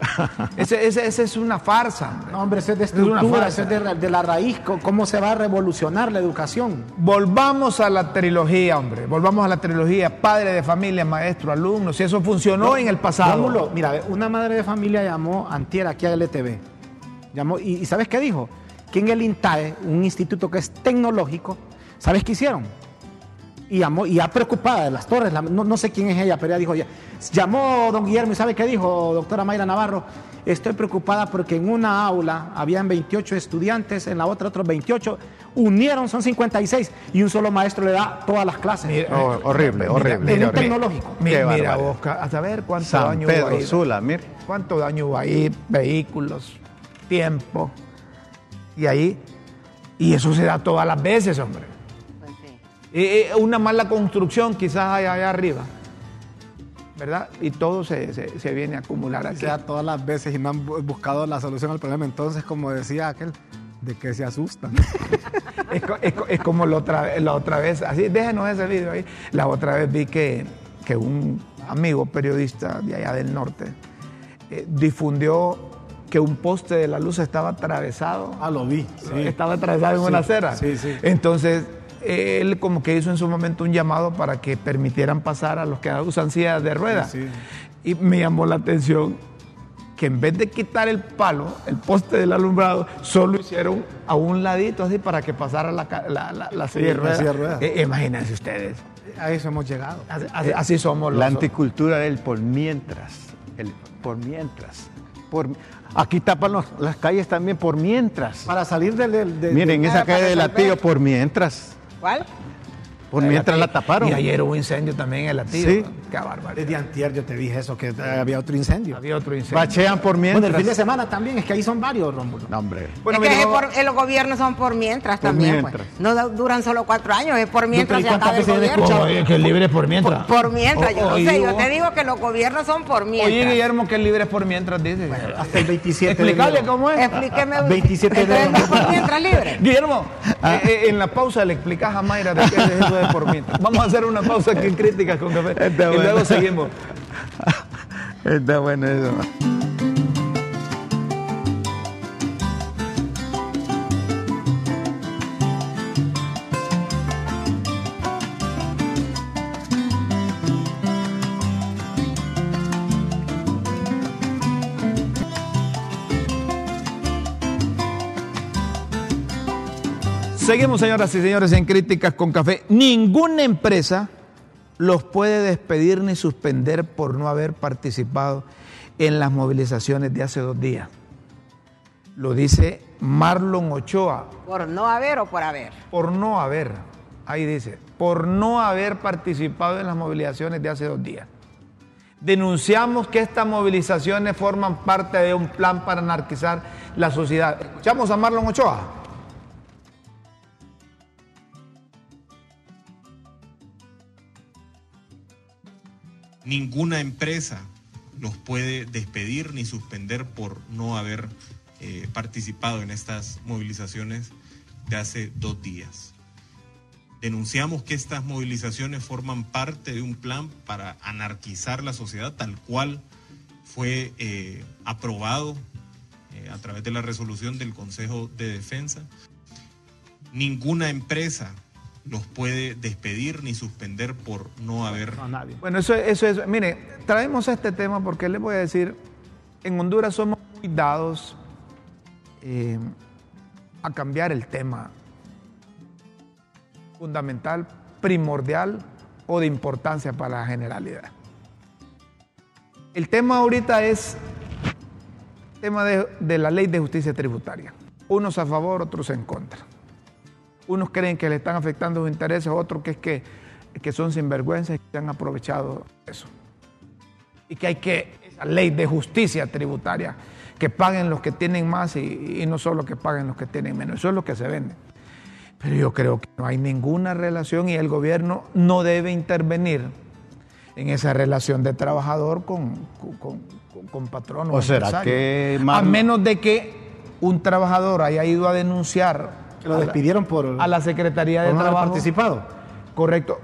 Ese, ese- ese es una farsa. hombre.
No, hombre, eso es de
Es una
estructura,
farsa.
eso es de, ra- de la raíz, co- cómo se va a revolucionar la educación.
Volvamos a la trilogía, hombre. Volvamos a la trilogía padre de familia, maestro, alumno. Si eso funcionó en el pasado.
Rómulo, mira, una madre de familia llamó antier aquí a LTV. Llamó, y, y ¿sabes qué dijo? Que en el INTAE, un instituto que es tecnológico, ¿sabes qué hicieron? Y llamó, y ya preocupada de las torres, la- no, no sé quién es ella, pero ella dijo, ya, llamó don Guillermo y ¿sabe qué dijo doctora Mayra Navarro? Estoy preocupada porque en una aula habían 28 estudiantes, en la otra otros 28, unieron, son 56, y un solo maestro le da todas las clases.
Mira,
Oh, horrible, horrible.
en un
horrible.
tecnológico.
Mi-
Qué
mira,
barbaridad.
Oscar, a saber cuánto
San
daño hubo
Pedro
ahí.
Sula, mira.
¿Cuánto daño hubo ahí? Vehículos, tiempo. Y ahí. Y eso se da todas las veces, hombre.
Pues sí.
Eh, eh, una mala construcción quizás allá, allá arriba. ¿Verdad? Y todo se, se- se viene a acumular
O
aquí.
sea, todas las veces y no han bu- buscado la solución al problema. Entonces, como decía aquel, ¿de qué se asustan?
Es, co- es co- es como la otra, la otra vez, así, déjenos ese video ahí. La otra vez vi que, que un amigo periodista de allá del norte eh, difundió que un poste de la luz estaba atravesado.
Ah, lo vi.
Estaba atravesado en
Sí,
una acera.
sí, sí.
Entonces, él como que hizo en su momento un llamado para que permitieran pasar a los que usan sillas de ruedas.
Sí,
Y me llamó la atención que en vez de quitar el palo, el poste del alumbrado, solo hicieron a un ladito así para que pasara la, ca- la, la- la silla de
La
ruedas.
silla de ruedas.
Eh, imagínense ustedes.
A eso hemos llegado.
Así, así- así somos los...
La anticultura del por mientras. El por mientras. Por, aquí tapan los- las calles también por mientras.
Para salir del... del- del-
Miren,
Claro,
esa calle
para
de
resolver.
latillo por mientras.
¿Cuál?
Por mientras la taparon.
Y ayer hubo incendio también en la tía.
Sí.
Qué barbaridad.
Desde antier yo te dije eso, que eh, había otro incendio.
Había otro incendio.
Bachean por
Bueno, el
mientras.
fin de semana también, es que ahí son varios, Rómulo.
No, hombre.
Bueno,
es que
mire,
es
vamos-
por- eh, los gobiernos son por mientras
Por
también.
mientras.
pues. No da- duran solo cuatro años, es por mientras
¿y
se
cuántas
acaba el
veces he
gobierno.
escuchado?
Oye, que libre por mientras.
Por mientras, yo no
Oye,
sé, yo
vos-
te digo que los gobiernos son por
Oye,
mientras.
Guillermo, que libre por mientras, dice.
Hasta el 27 de
Explícale
enero.
cómo es.
Explíqueme. usted.
27 de
Entonces,
enero.
¿no por mientras libre.
Guillermo,
Ah.
eh, eh, en la pausa le explicas a Mayra de qué es eso de por mientras. Vamos a hacer una pausa aquí en Críticas con Café y
Está bueno.
luego seguimos.
Está bueno eso.
Seguimos, señoras y señores, en Críticas con Café. Ninguna empresa los puede despedir ni suspender por no haber participado en las movilizaciones de hace dos días. Lo dice Marlon Ochoa,
Por no haber o por haber.
por no haber, ahí dice, por no haber participado en las movilizaciones de hace dos días. Denunciamos que estas movilizaciones forman parte de un plan para anarquizar la sociedad. Escuchamos a Marlon Ochoa.
ninguna empresa los puede despedir ni suspender por no haber eh, participado en estas movilizaciones de hace dos días. Denunciamos que estas movilizaciones forman parte de un plan para anarquizar la sociedad tal cual fue eh, aprobado eh, a través de la resolución del Consejo de Defensa. Ninguna empresa los puede despedir ni suspender por no haber
No, nadie.
Bueno, eso, eso es. Mire, traemos este tema porque les voy a decir: en Honduras somos muy dados eh, a cambiar el tema fundamental, primordial o de importancia para la generalidad. El tema ahorita es tema de, de la ley de justicia tributaria. Unos a favor, otros en contra. Unos creen que le están afectando sus intereses, otros que es que, que son sinvergüenzas y que se han aprovechado de eso. Y que hay que, esa ley de justicia tributaria, que paguen los que tienen más y, y no solo que paguen los que tienen menos. Eso es lo que se vende. Pero yo creo que no hay ninguna relación y el gobierno no debe intervenir en esa relación de trabajador con, con, con, con patrón o,
¿O será
empresario.
que
A
Mar-
menos de que un trabajador haya ido a denunciar
Que lo
a la-
despidieron por.
a la Secretaría de
por no haber
Trabajo.
participado.
Correcto.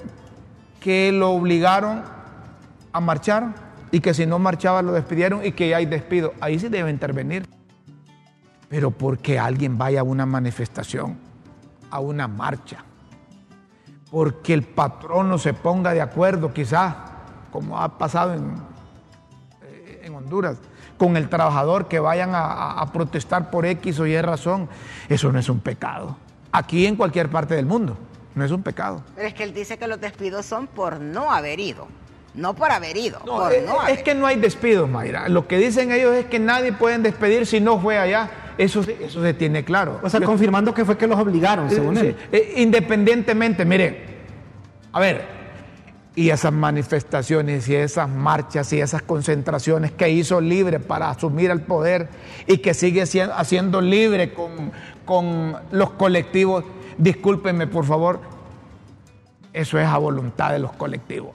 Que lo obligaron a marchar y que si no marchaba lo despidieron y que hay despido. Ahí sí debe intervenir. Pero porque alguien vaya a una manifestación, a una marcha, porque el patrón no se ponga de acuerdo, quizás, como ha pasado en, eh, en Honduras, con el trabajador que vayan a- a- a protestar por X o Y razón, eso no es un pecado. Aquí en cualquier parte del mundo, no es un pecado.
Pero es que él dice que los despidos son por no haber ido. No por haber ido,
No,
por
eh,
no haber
es que no hay despidos, Mayra. Lo que dicen ellos es que nadie pueden despedir si no fue allá. Eso, se- eso se tiene claro.
O sea,
Yo-
confirmando que fue que los obligaron, según
Sí,
él.
eh, Independientemente, mire, a ver, y esas manifestaciones y esas marchas y esas concentraciones que hizo libre para asumir el poder y que sigue sien- haciendo libre con, con los colectivos, discúlpenme por favor, eso es a voluntad de los colectivos.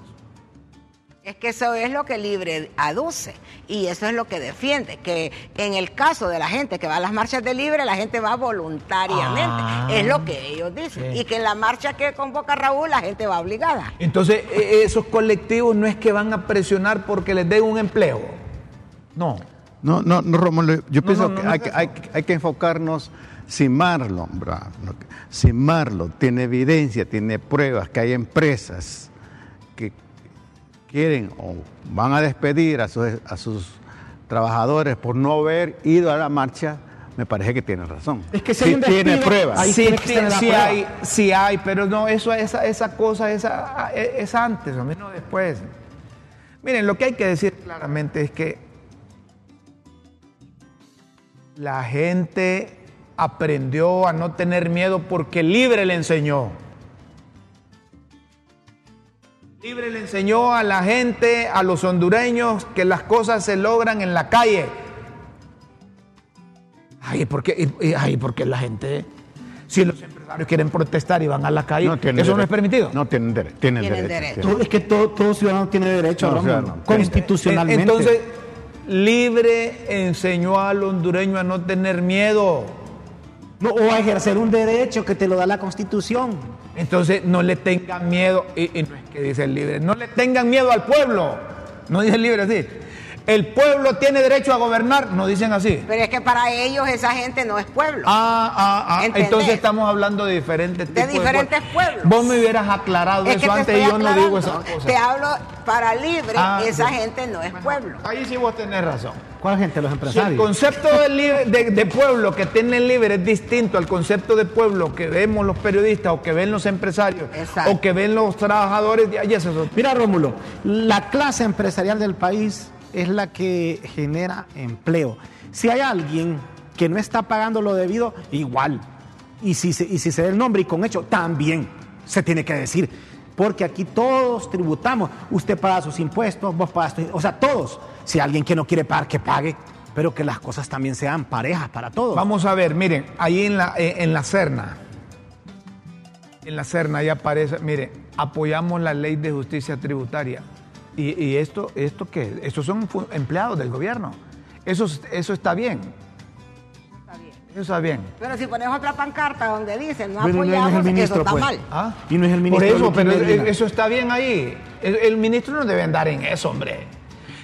Es que eso es lo que Libre aduce y eso es lo que defiende, que en el caso de la gente que va a las marchas de Libre, la gente va voluntariamente,
Ah,
es lo que ellos dicen,
sí.
y que en la marcha que convoca Raúl, la gente va obligada.
Entonces, e- esos colectivos no es que van a presionar porque les den un empleo. No.
No, no, no, Rómulo,
No,
yo
no,
pienso
no,
que,
no
hay,
es
que-
eso.
hay que- hay que enfocarnos, si Marlon, bra- lo que- si Marlon tiene evidencia, tiene pruebas, que hay empresas que quieren o van a despedir a sus, a sus trabajadores por no haber ido a la marcha, me parece que tiene razón.
Es que si hay un
tiene
despido,
pruebas.
Ahí
sí,
tiene que
sí,
estar la
sí
prueba.
hay, sí hay, pero no, eso, esa, esa cosa esa, a- e- es antes, a mí no después. Miren, lo que hay que decir claramente es que la gente aprendió a no tener miedo porque Libre le enseñó. Libre le enseñó a la gente, a los hondureños, que las cosas se logran en la calle. Ay, porque, ay, porque la gente, si los empresarios quieren protestar y van a la calle,
No
eso
tienen
no es
derecho.
permitido.
No tienen, dere-
Tienen
tienen derecho.
derecho.
tienen-
Todo- es que todo, todo ciudadano tiene derecho,
No,
a
ciudadano.
constitucionalmente.
Entonces, libre enseñó al hondureño a no tener miedo.
No, o a ejercer un derecho que te lo da la Constitución.
Entonces, no le tengan miedo, y, y no es que dice el libre, no le tengan miedo al pueblo. No dice el libre así. El pueblo tiene derecho a gobernar, no dicen así.
Pero es que para ellos esa gente no es pueblo.
Ah, ah, ah.
¿Entendés?
Entonces estamos hablando de diferentes tipos
diferentes pueblos.
Vos me hubieras aclarado
es que
eso antes y yo no digo esas
aclarando.
cosas.
Te hablo para Libre,
Ah,
esa
sí.
gente no es pueblo.
Ahí sí vos tenés razón.
¿Cuál gente? Los
Si el
empresarios.
concepto de, libre- de- de pueblo que tiene el libre es distinto al concepto de pueblo que vemos los periodistas o que ven los empresarios
Exacto.
o que ven los trabajadores. de- ay, eso es otro.
Mira, Rómulo, la clase empresarial del país es la que genera empleo. Si hay alguien que no está pagando lo debido, igual. Y si se, y si se da el nombre y con hecho, también se tiene que decir. Porque aquí todos tributamos. Usted paga sus impuestos, vos pagas tus... O sea, todos. Si hay alguien que no quiere pagar, que pague. Pero que las cosas también sean parejas para todos.
Vamos a ver, miren, ahí en la, eh, en la Serna. En la Serna ya aparece, mire, apoyamos la ley de justicia tributaria. ¿Y, y esto, esto qué? es? Estos son fu- empleados del gobierno. Eso, es- eso está bien. Eso está bien.
Pero si pones otra pancarta donde dicen no
Pero no es el
apoyamos, eso
ministro,
está
pues.
mal.
¿Ah?
Y no es el ministro
Por eso,
Luis
pero
Medina.
e- eso está bien ahí. El, el ministro no debe andar en eso, hombre.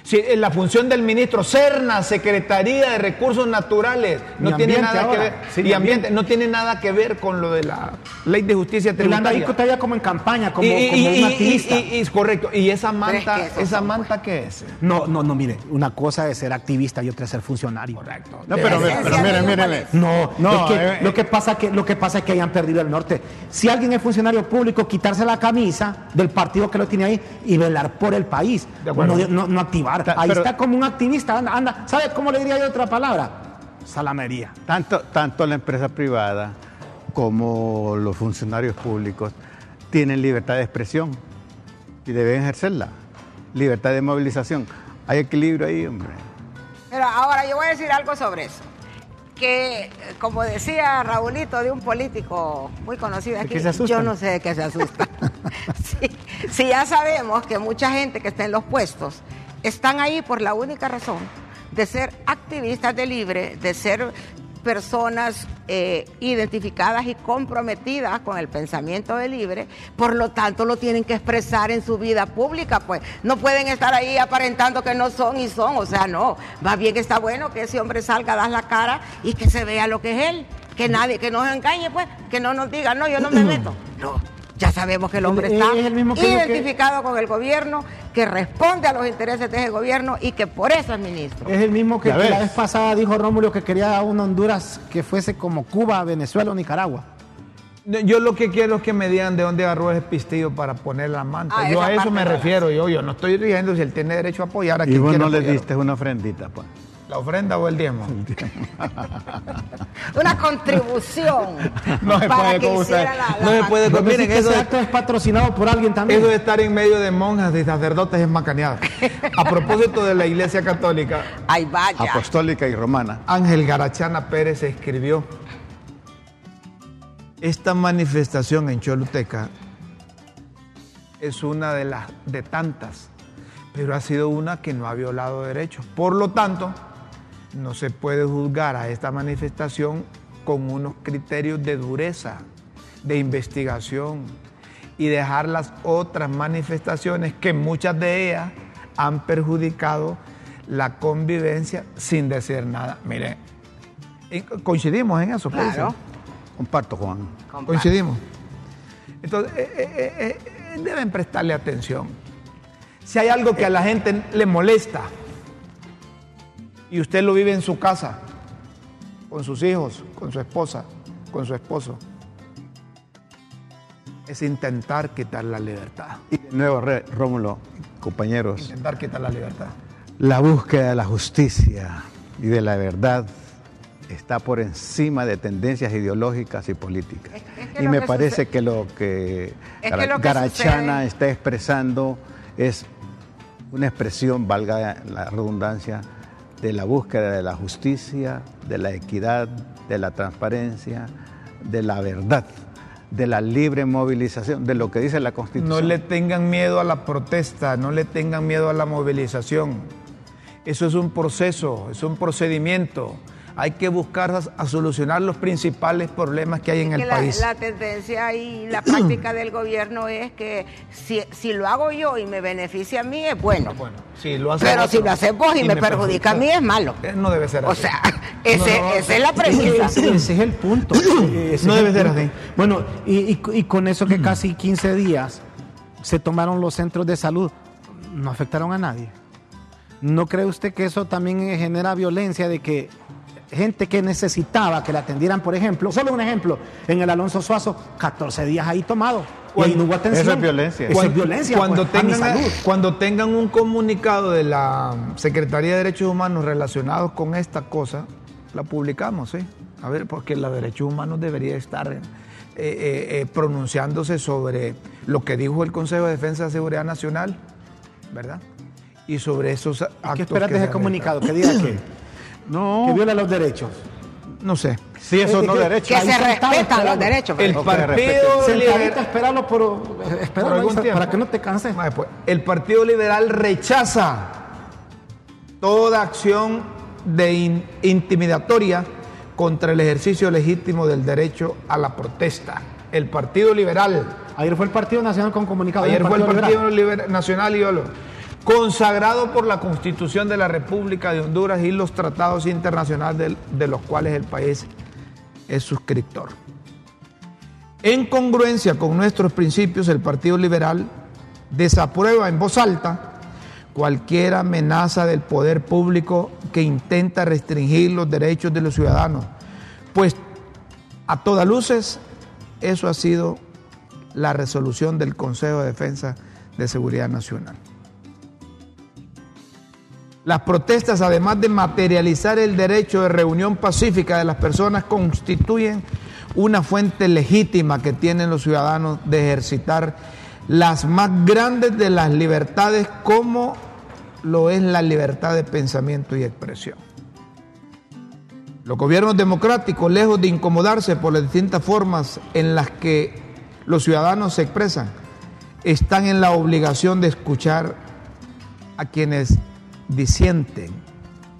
Si, eh, la función del ministro, Serna, Secretaría de Recursos Naturales, no
Y
tiene
ambiente
nada que
ahora.
ver.
Sí,
y
y
ambiente, no tiene nada que ver con lo de la ley de justicia
El anda ahí
tributaria.
todavía como en campaña, como,
Y- y-
como
y-
un
y-
activista.
y- y- y- correcto. ¿Y esa
Pero es
manta,
que esos
esa
son,
manta qué es?
No, no, no, mire, una cosa es ser activista y otra es ser funcionario. Correcto.
No, pero,
Debería
pero
ser
miren,
de
miren.
iguales.
No,
No,
lo, que,
eh, eh.
lo que pasa que lo que pasa es que hayan perdido el norte. Si alguien es funcionario público, quitarse la camisa del partido que lo tiene ahí y velar por el país, Pues
De acuerdo.
No, no- no activar.
Ta-
ahí
pero-
está como un activista, anda, anda. ¿Sabes cómo le diría yo otra palabra? Salamería.
Tanto, tanto la empresa privada como los funcionarios públicos tienen libertad de expresión y deben ejercerla. Libertad de movilización. Hay equilibrio ahí, hombre.
Pero ahora yo voy a decir algo sobre eso. que, eh, como decía Raulito, de un político muy conocido aquí,
qué se asustan?
yo no sé de qué se asusta. sí, sí, ya sabemos que mucha gente que está en los puestos están ahí por la única razón de ser activistas de libre, de ser personas eh, identificadas y comprometidas con el pensamiento de libre, por lo tanto lo tienen que expresar en su vida pública, pues no pueden estar ahí aparentando que no son y son, o sea, no, va bien que está bueno que ese hombre salga, das la cara y que se vea lo que es él, que nadie, que no nos engañe, pues, que no nos diga, no, yo no me meto, no. Ya sabemos que el hombre
Es
está
el mismo que yo que-
identificado con el gobierno, que responde a los intereses de ese gobierno y que por eso es ministro.
Es el mismo que,
Ya
que la
ves.
vez pasada dijo Rómulo que quería una Honduras que fuese como Cuba, Venezuela o Nicaragua.
No, Yo lo que quiero es que me digan de dónde agarró ese pistillo para poner la manta.
Ah,
yo
esa
a eso
parte
me
no la
refiero. Yo, yo no estoy diciendo si él tiene derecho a apoyar a
Y
quien
vos
quiera
no le
apoyar.
diste una ofrendita, pues.
¿La ofrenda o el diezmo?
una contribución
No se
para
puede
que
con usted.
hiciera la, la
No se puede
Vos
con...
decís
Miren,
que
eso
ese
de-
acto es patrocinado por alguien también.
Eso de estar en medio de monjas y sacerdotes es macaneado. A propósito de la Iglesia Católica,
Ay, vaya.
Apostólica y romana.
Ángel Garachana Pérez escribió, esta manifestación en Choluteca es una de las de tantas, pero ha sido una que no ha violado derechos. Por lo tanto, no se puede juzgar a esta manifestación con unos criterios de dureza, de investigación y dejar las otras manifestaciones que muchas de ellas han perjudicado la convivencia sin decir nada. Mire, eh, coincidimos en eso, pues.
Claro.
Comparto, Juan.
Coincidimos. Entonces, eh, eh, eh, eh, deben prestarle atención. Si hay algo que a la gente le molesta y usted lo vive en su casa, con sus hijos, con su esposa, con su esposo, es intentar quitar la libertad.
Y de nuevo, Re- Rómulo, compañeros,
Intentar quitar la libertad.
la búsqueda de la justicia y de la verdad está por encima de tendencias ideológicas y políticas.
Es que- es que
y
lo
me
que
parece
sucede-
que lo que,
Es que lo que
Garachana
sucede-
está expresando es una expresión, valga la redundancia, de la búsqueda de la justicia, de la equidad, de la transparencia, de la verdad, de la libre movilización, de lo que dice la Constitución.
No le tengan miedo a la protesta, no le tengan miedo a la movilización. Eso es un proceso, es un procedimiento. Hay que buscar a, a solucionar los principales problemas que hay en
que
el
la,
país.
la tendencia y la práctica del gobierno es que si, si lo hago yo y me beneficia a mí es bueno.
Bueno, si lo hace
Pero
otro
si lo haces vos y, me, perjudica a mí es malo.
Eh, No debe ser
O
así.
sea, ese- esa es la premisa.
Ese, ese es el punto. Ese es
No
el
debe ser
punto.
así.
Bueno, y, y- y con eso que casi 15 días se tomaron los centros de salud, no afectaron a nadie. ¿No cree usted que eso también eh, genera violencia de que gente que necesitaba que la atendieran, por ejemplo, solo un ejemplo, en el Alonso Suazo, 14 días ahí tomado y ahí no hubo atención?
Eso es violencia.
Eso es violencia
Cuando,
pues, a mi
tengan,
salud.
cuando tengan un comunicado de la Secretaría de Derechos Humanos relacionados con esta cosa, la publicamos, ¿sí? A ver, porque la Derechos Humanos debería estar eh, eh, eh, pronunciándose sobre lo que dijo el Consejo de Defensa de Seguridad Nacional, ¿verdad? Y sobre esos actos.
¿Qué esperas
que
de
se
ese
han
comunicado? ¿Qué diga que,
No.
que viola los derechos?
realizado. No sé.
Sí, eso
Eh,
no
que-
derecho.
Que
Ahí
se
sentado,
respetan los
esperando.
derechos.
El
Ok,
Partido
respeten.
Liberal.
Sentadita, espéralo por, espéralo
algún
ahí, para,
tiempo.
que no te canses.
Mae, pues, el Partido Liberal rechaza toda acción de in- intimidatoria contra el ejercicio legítimo del derecho a la protesta. El Partido Liberal,
Ayer fue el Partido Nacional con comunicado.
ayer fue el
Liberal.
Partido Liber- Nacional y Olo, consagrado por la Constitución de la República de Honduras y los tratados internacionales del- de los cuales el país es suscriptor. En congruencia con nuestros principios, el Partido Liberal desaprueba en voz alta cualquier amenaza del poder público que intenta restringir los derechos de los ciudadanos, pues a todas luces eso ha sido la resolución del Consejo de Defensa de Seguridad Nacional. Las protestas, además de materializar el derecho de reunión pacífica de las personas, constituyen una fuente legítima que tienen los ciudadanos de ejercitar las más grandes de las libertades, como lo es la libertad de pensamiento y expresión. Los gobiernos democráticos, lejos de incomodarse por las distintas formas en las que los ciudadanos se expresan, están en la obligación de escuchar a quienes disienten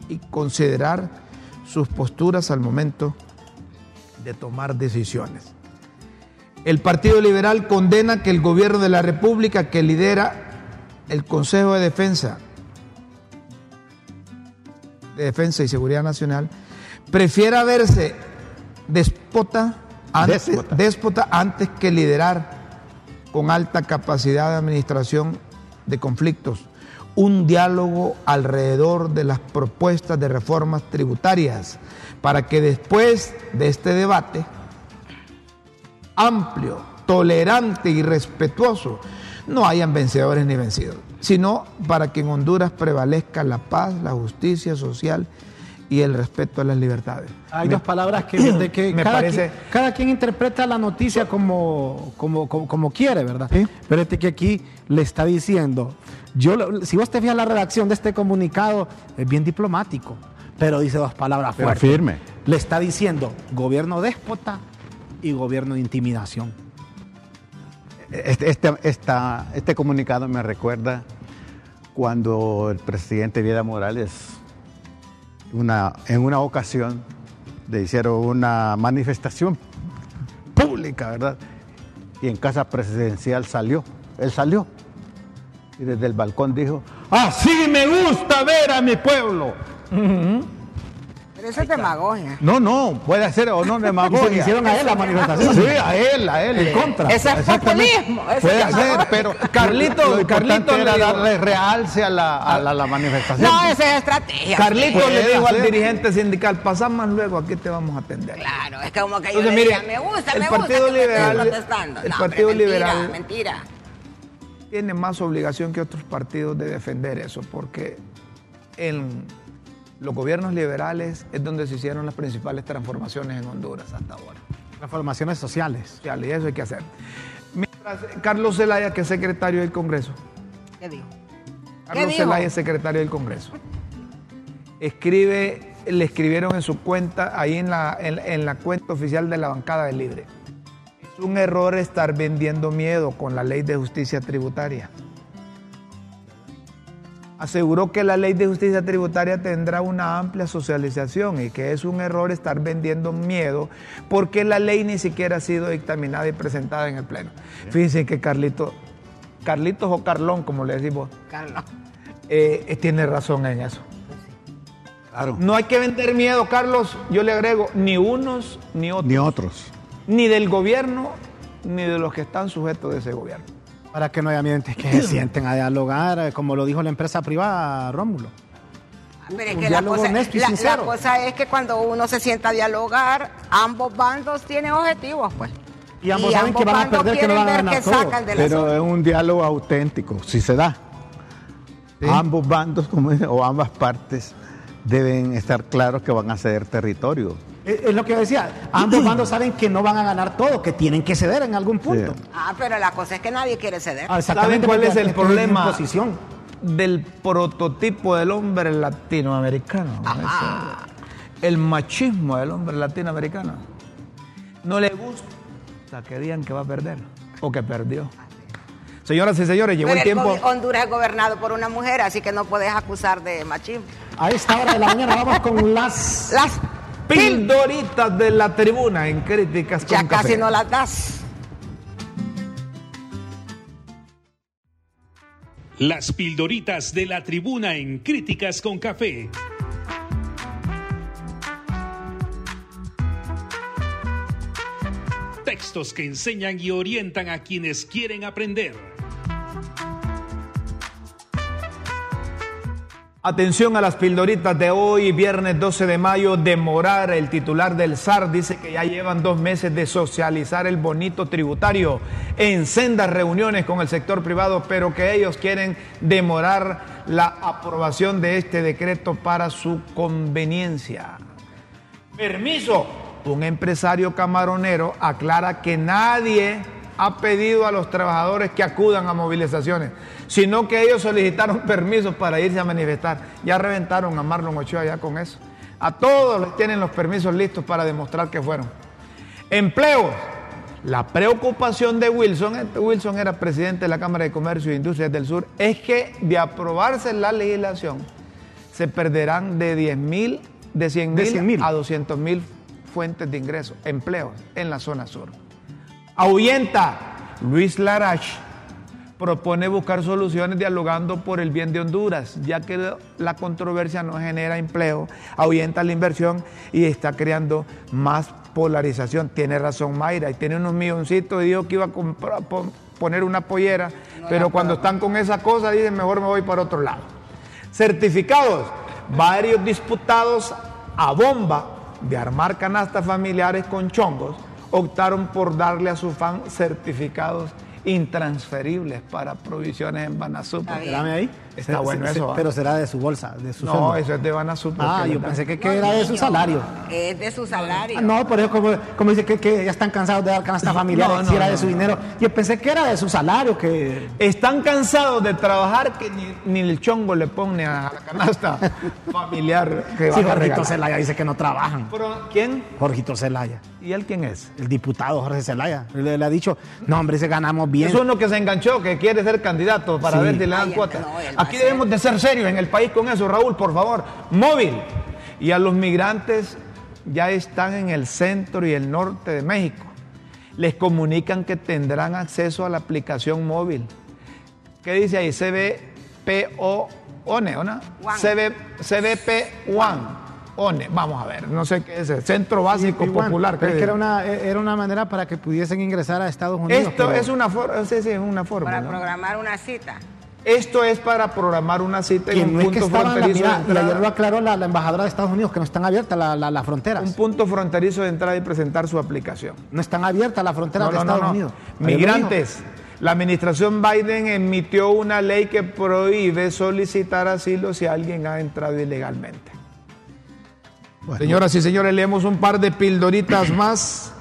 y considerar sus posturas al momento de tomar decisiones. El Partido Liberal condena que el gobierno de la República que lidera el Consejo de Defensa de Defensa y Seguridad Nacional prefiera verse despota antes,
Déspota.
déspota antes que liderar con alta capacidad de administración de conflictos un diálogo alrededor de las propuestas de reformas tributarias para que después de este debate amplio, tolerante y respetuoso, no hayan vencedores ni vencidos, sino para que en Honduras prevalezca la paz, la justicia social y el respeto a las libertades.
Hay
Me-
dos palabras que, de que
me
cada,
parece-
quien, cada quien interpreta la noticia como, como, como, como quiere, ¿verdad? Pero este que aquí le está diciendo, yo, lo- si vos te fijas la redacción de este comunicado, es bien diplomático, pero dice dos palabras
Pero
fuertes.
firme.
Le está diciendo gobierno déspota y gobierno de intimidación.
Este, este- esta- este comunicado me recuerda cuando el presidente Viera Morales, una- en una ocasión, le hicieron una manifestación pública, ¿verdad? Y en casa presidencial salió, él salió. Y desde el balcón dijo, así me gusta ver a mi pueblo.
Pero eso es demagogia.
No, no, puede ser o no demagogia.
Y se le hicieron a él la manifestación.
Sí, a él, a él. En
contra.
Eh, Ese es
Exactamente.
populismo, ese
Puede
es
ser,
demagogia.
pero
Carlito,
lo importante
Carlito le
era
digo-
darle realce a la, a la, a la manifestación.
No, esa es estrategia.
Carlito
Puede
le dijo al
hacer.
dirigente sindical, pasá más luego, aquí te vamos a atender.
Claro, es como que yo
Entonces,
le
mire,
diga, me gusta,
el
me
Partido
gusta que me estén
Liberal-
protestando.
el
No,
Partido
hombre, mentira,
Liberal-
Mentira.
tiene más obligación que otros partidos de defender eso, porque en los gobiernos liberales es donde se hicieron las principales transformaciones en Honduras hasta ahora.
Transformaciones sociales.
O sea, Y eso hay que hacer. Mientras Carlos Zelaya, que es secretario del Congreso,
¿Qué dijo?
Carlos
dijo?
Zelaya, secretario del Congreso. Escribe, le escribieron en su cuenta, ahí en la, en, en la cuenta oficial de la bancada de Libre. Es un error estar vendiendo miedo con la ley de justicia tributaria. Aseguró que la ley de justicia tributaria tendrá una amplia socialización y que es un error estar vendiendo miedo porque la ley ni siquiera ha sido dictaminada y presentada en el Pleno. Fíjense que Carlito, Carlitos o Carlón, como le decimos,
Carlos.
eh, eh, tiene razón en eso.
Claro.
No hay que vender miedo, Carlos. Yo le agrego, ni unos ni otros.
Ni otros.
Ni del gobierno, ni de los que están sujetos de ese gobierno.
Para que no haya ambientes que se sienten a dialogar, eh, como lo dijo la empresa privada, Rómulo.
Pero es
Un
que la
diálogo
cosa,
honesto y
la- la
sincero.
cosa es que cuando uno se sienta a dialogar, ambos bandos tienen objetivos, pues.
Y ambos saben que van a
bandos
perder, que no
quieren
van a
ver
ganar
qué
todos.
sacan de la
Pero
zona.
es un diálogo auténtico, si se da. Ambos bandos, como dice, o ambas partes, deben estar claros que van a ceder territorio.
Eh, Es, es lo que yo decía, ambos bandos saben que no van a ganar todo, que tienen que ceder en algún punto.
Sí.
Ah, pero la cosa es que nadie quiere ceder.
¿Saben
Ah, exactamente,
cuál
porque
es el
estoy en
problema
Posición.
del prototipo del hombre latinoamericano? Ese- El machismo del hombre latinoamericano. No le gusta que digan que va a perder o que perdió. Señoras y señores, llegó
Pero
el
el
tiempo.
gobi- Honduras es gobernado por una mujer, así que no podés acusar de machismo.
A esta hora de la mañana vamos con las...
Las pil
Pildoritas de la tribuna en críticas con
ya casi
Café.
no las das.
Las pildoritas de la tribuna en Críticas con Café. Textos que enseñan y orientan a quienes quieren aprender.
Atención a las pildoritas de hoy, viernes 12 de mayo, demorar. El titular del SAR dice que ya llevan dos meses de socializar el bonito tributario en sendas reuniones con el sector privado, pero que ellos quieren demorar la aprobación de este decreto para su conveniencia. Permiso. Un empresario camaronero aclara que nadie ha pedido a los trabajadores que acudan a movilizaciones, sino que ellos solicitaron permisos para irse a manifestar. Ya reventaron a Marlon Ochoa ya con eso. A todos les tienen los permisos listos para demostrar que fueron. Empleos. La preocupación de Wilson, este Wilson era presidente de la Cámara de Comercio e Industrias del Sur, es que de aprobarse la legislación se perderán de 10 mil, de 100
De 100.000.
mil a 200 mil fuentes de ingresos, empleos en la zona sur. Ahuyenta Luis Larache propone buscar soluciones dialogando por el bien de Honduras, ya que la controversia no genera empleo, ahuyenta la inversión y está creando más polarización. Tiene razón Mayra, y tiene unos milloncitos y dijo que iba a comprar- pon- poner una pollera, pero cuando están con esa cosa dicen mejor me voy para otro lado. Certificados, varios disputados a bomba de armar canastas familiares con chongos optaron por darle a sus fans certificados intransferibles para provisiones en Banasú.
Está bien.
Espérame ahí.
Está
Se-
bueno
se-
eso,
se-
¿ah?
Pero será de su bolsa, de su
No,
sueldo.
eso es de Banasú. porque
Ah,
le
yo
dan-
pensé que, que era de su salario.
Es de su salario.
Ah, no, por eso como, como dice que, que ya están cansados de dar canasta familiar,
No,
si
no,
era
no,
de su
no.
dinero. Yo pensé que era de su salario, que
Están cansados de trabajar que ni, ni el chongo le pone a la canasta familiar que
sí,
van a
Jorgito
regalar.
Celaya dice que no trabajan.
Pero, ¿Quién?
Jorgito Celaya,
¿Y él quién es?
el diputado Jorge Celaya, le, le ha dicho, no hombre, se ganamos bien.
Es uno que se enganchó, que quiere ser candidato para
Sí.
ver si le dan
Ay,
cuota.
no, él va
Aquí
a ser.
debemos de ser serios en el país con eso, Raúl, por favor. Móvil. Y a los migrantes ya están en el centro y el norte de México. Les comunican que tendrán acceso a la aplicación móvil. ¿Qué dice ahí? CBPO ONE, ¿o no?
One.
CB, CBP One. ONE. Vamos a ver, no sé qué es. Centro Básico
Igual,
Popular.
pero
¿qué
es que
dice?
era una, era una manera para que pudiesen ingresar a Estados Unidos.
Esto
pero-
es una forma, sí, sí, es una forma.
Para
¿no?
programar una cita.
Esto es para programar una cita
que
en un
no es que
punto
estaban la,
fronterizo de
mira, y ayer lo
entrada.
aclaró la, la embajadora de Estados Unidos, que no están abiertas la- la- las
Un
fronteras.
punto fronterizo de entrada y presentar su aplicación.
No están abiertas las fronteras
No,
de
no, no,
Estados
no.
Unidos. Ayer lo dijo.
Migrantes. La administración Biden emitió una ley que prohíbe solicitar asilo si alguien ha entrado ilegalmente.
Bueno,
Señoras y señores, leemos un par de pildoritas más.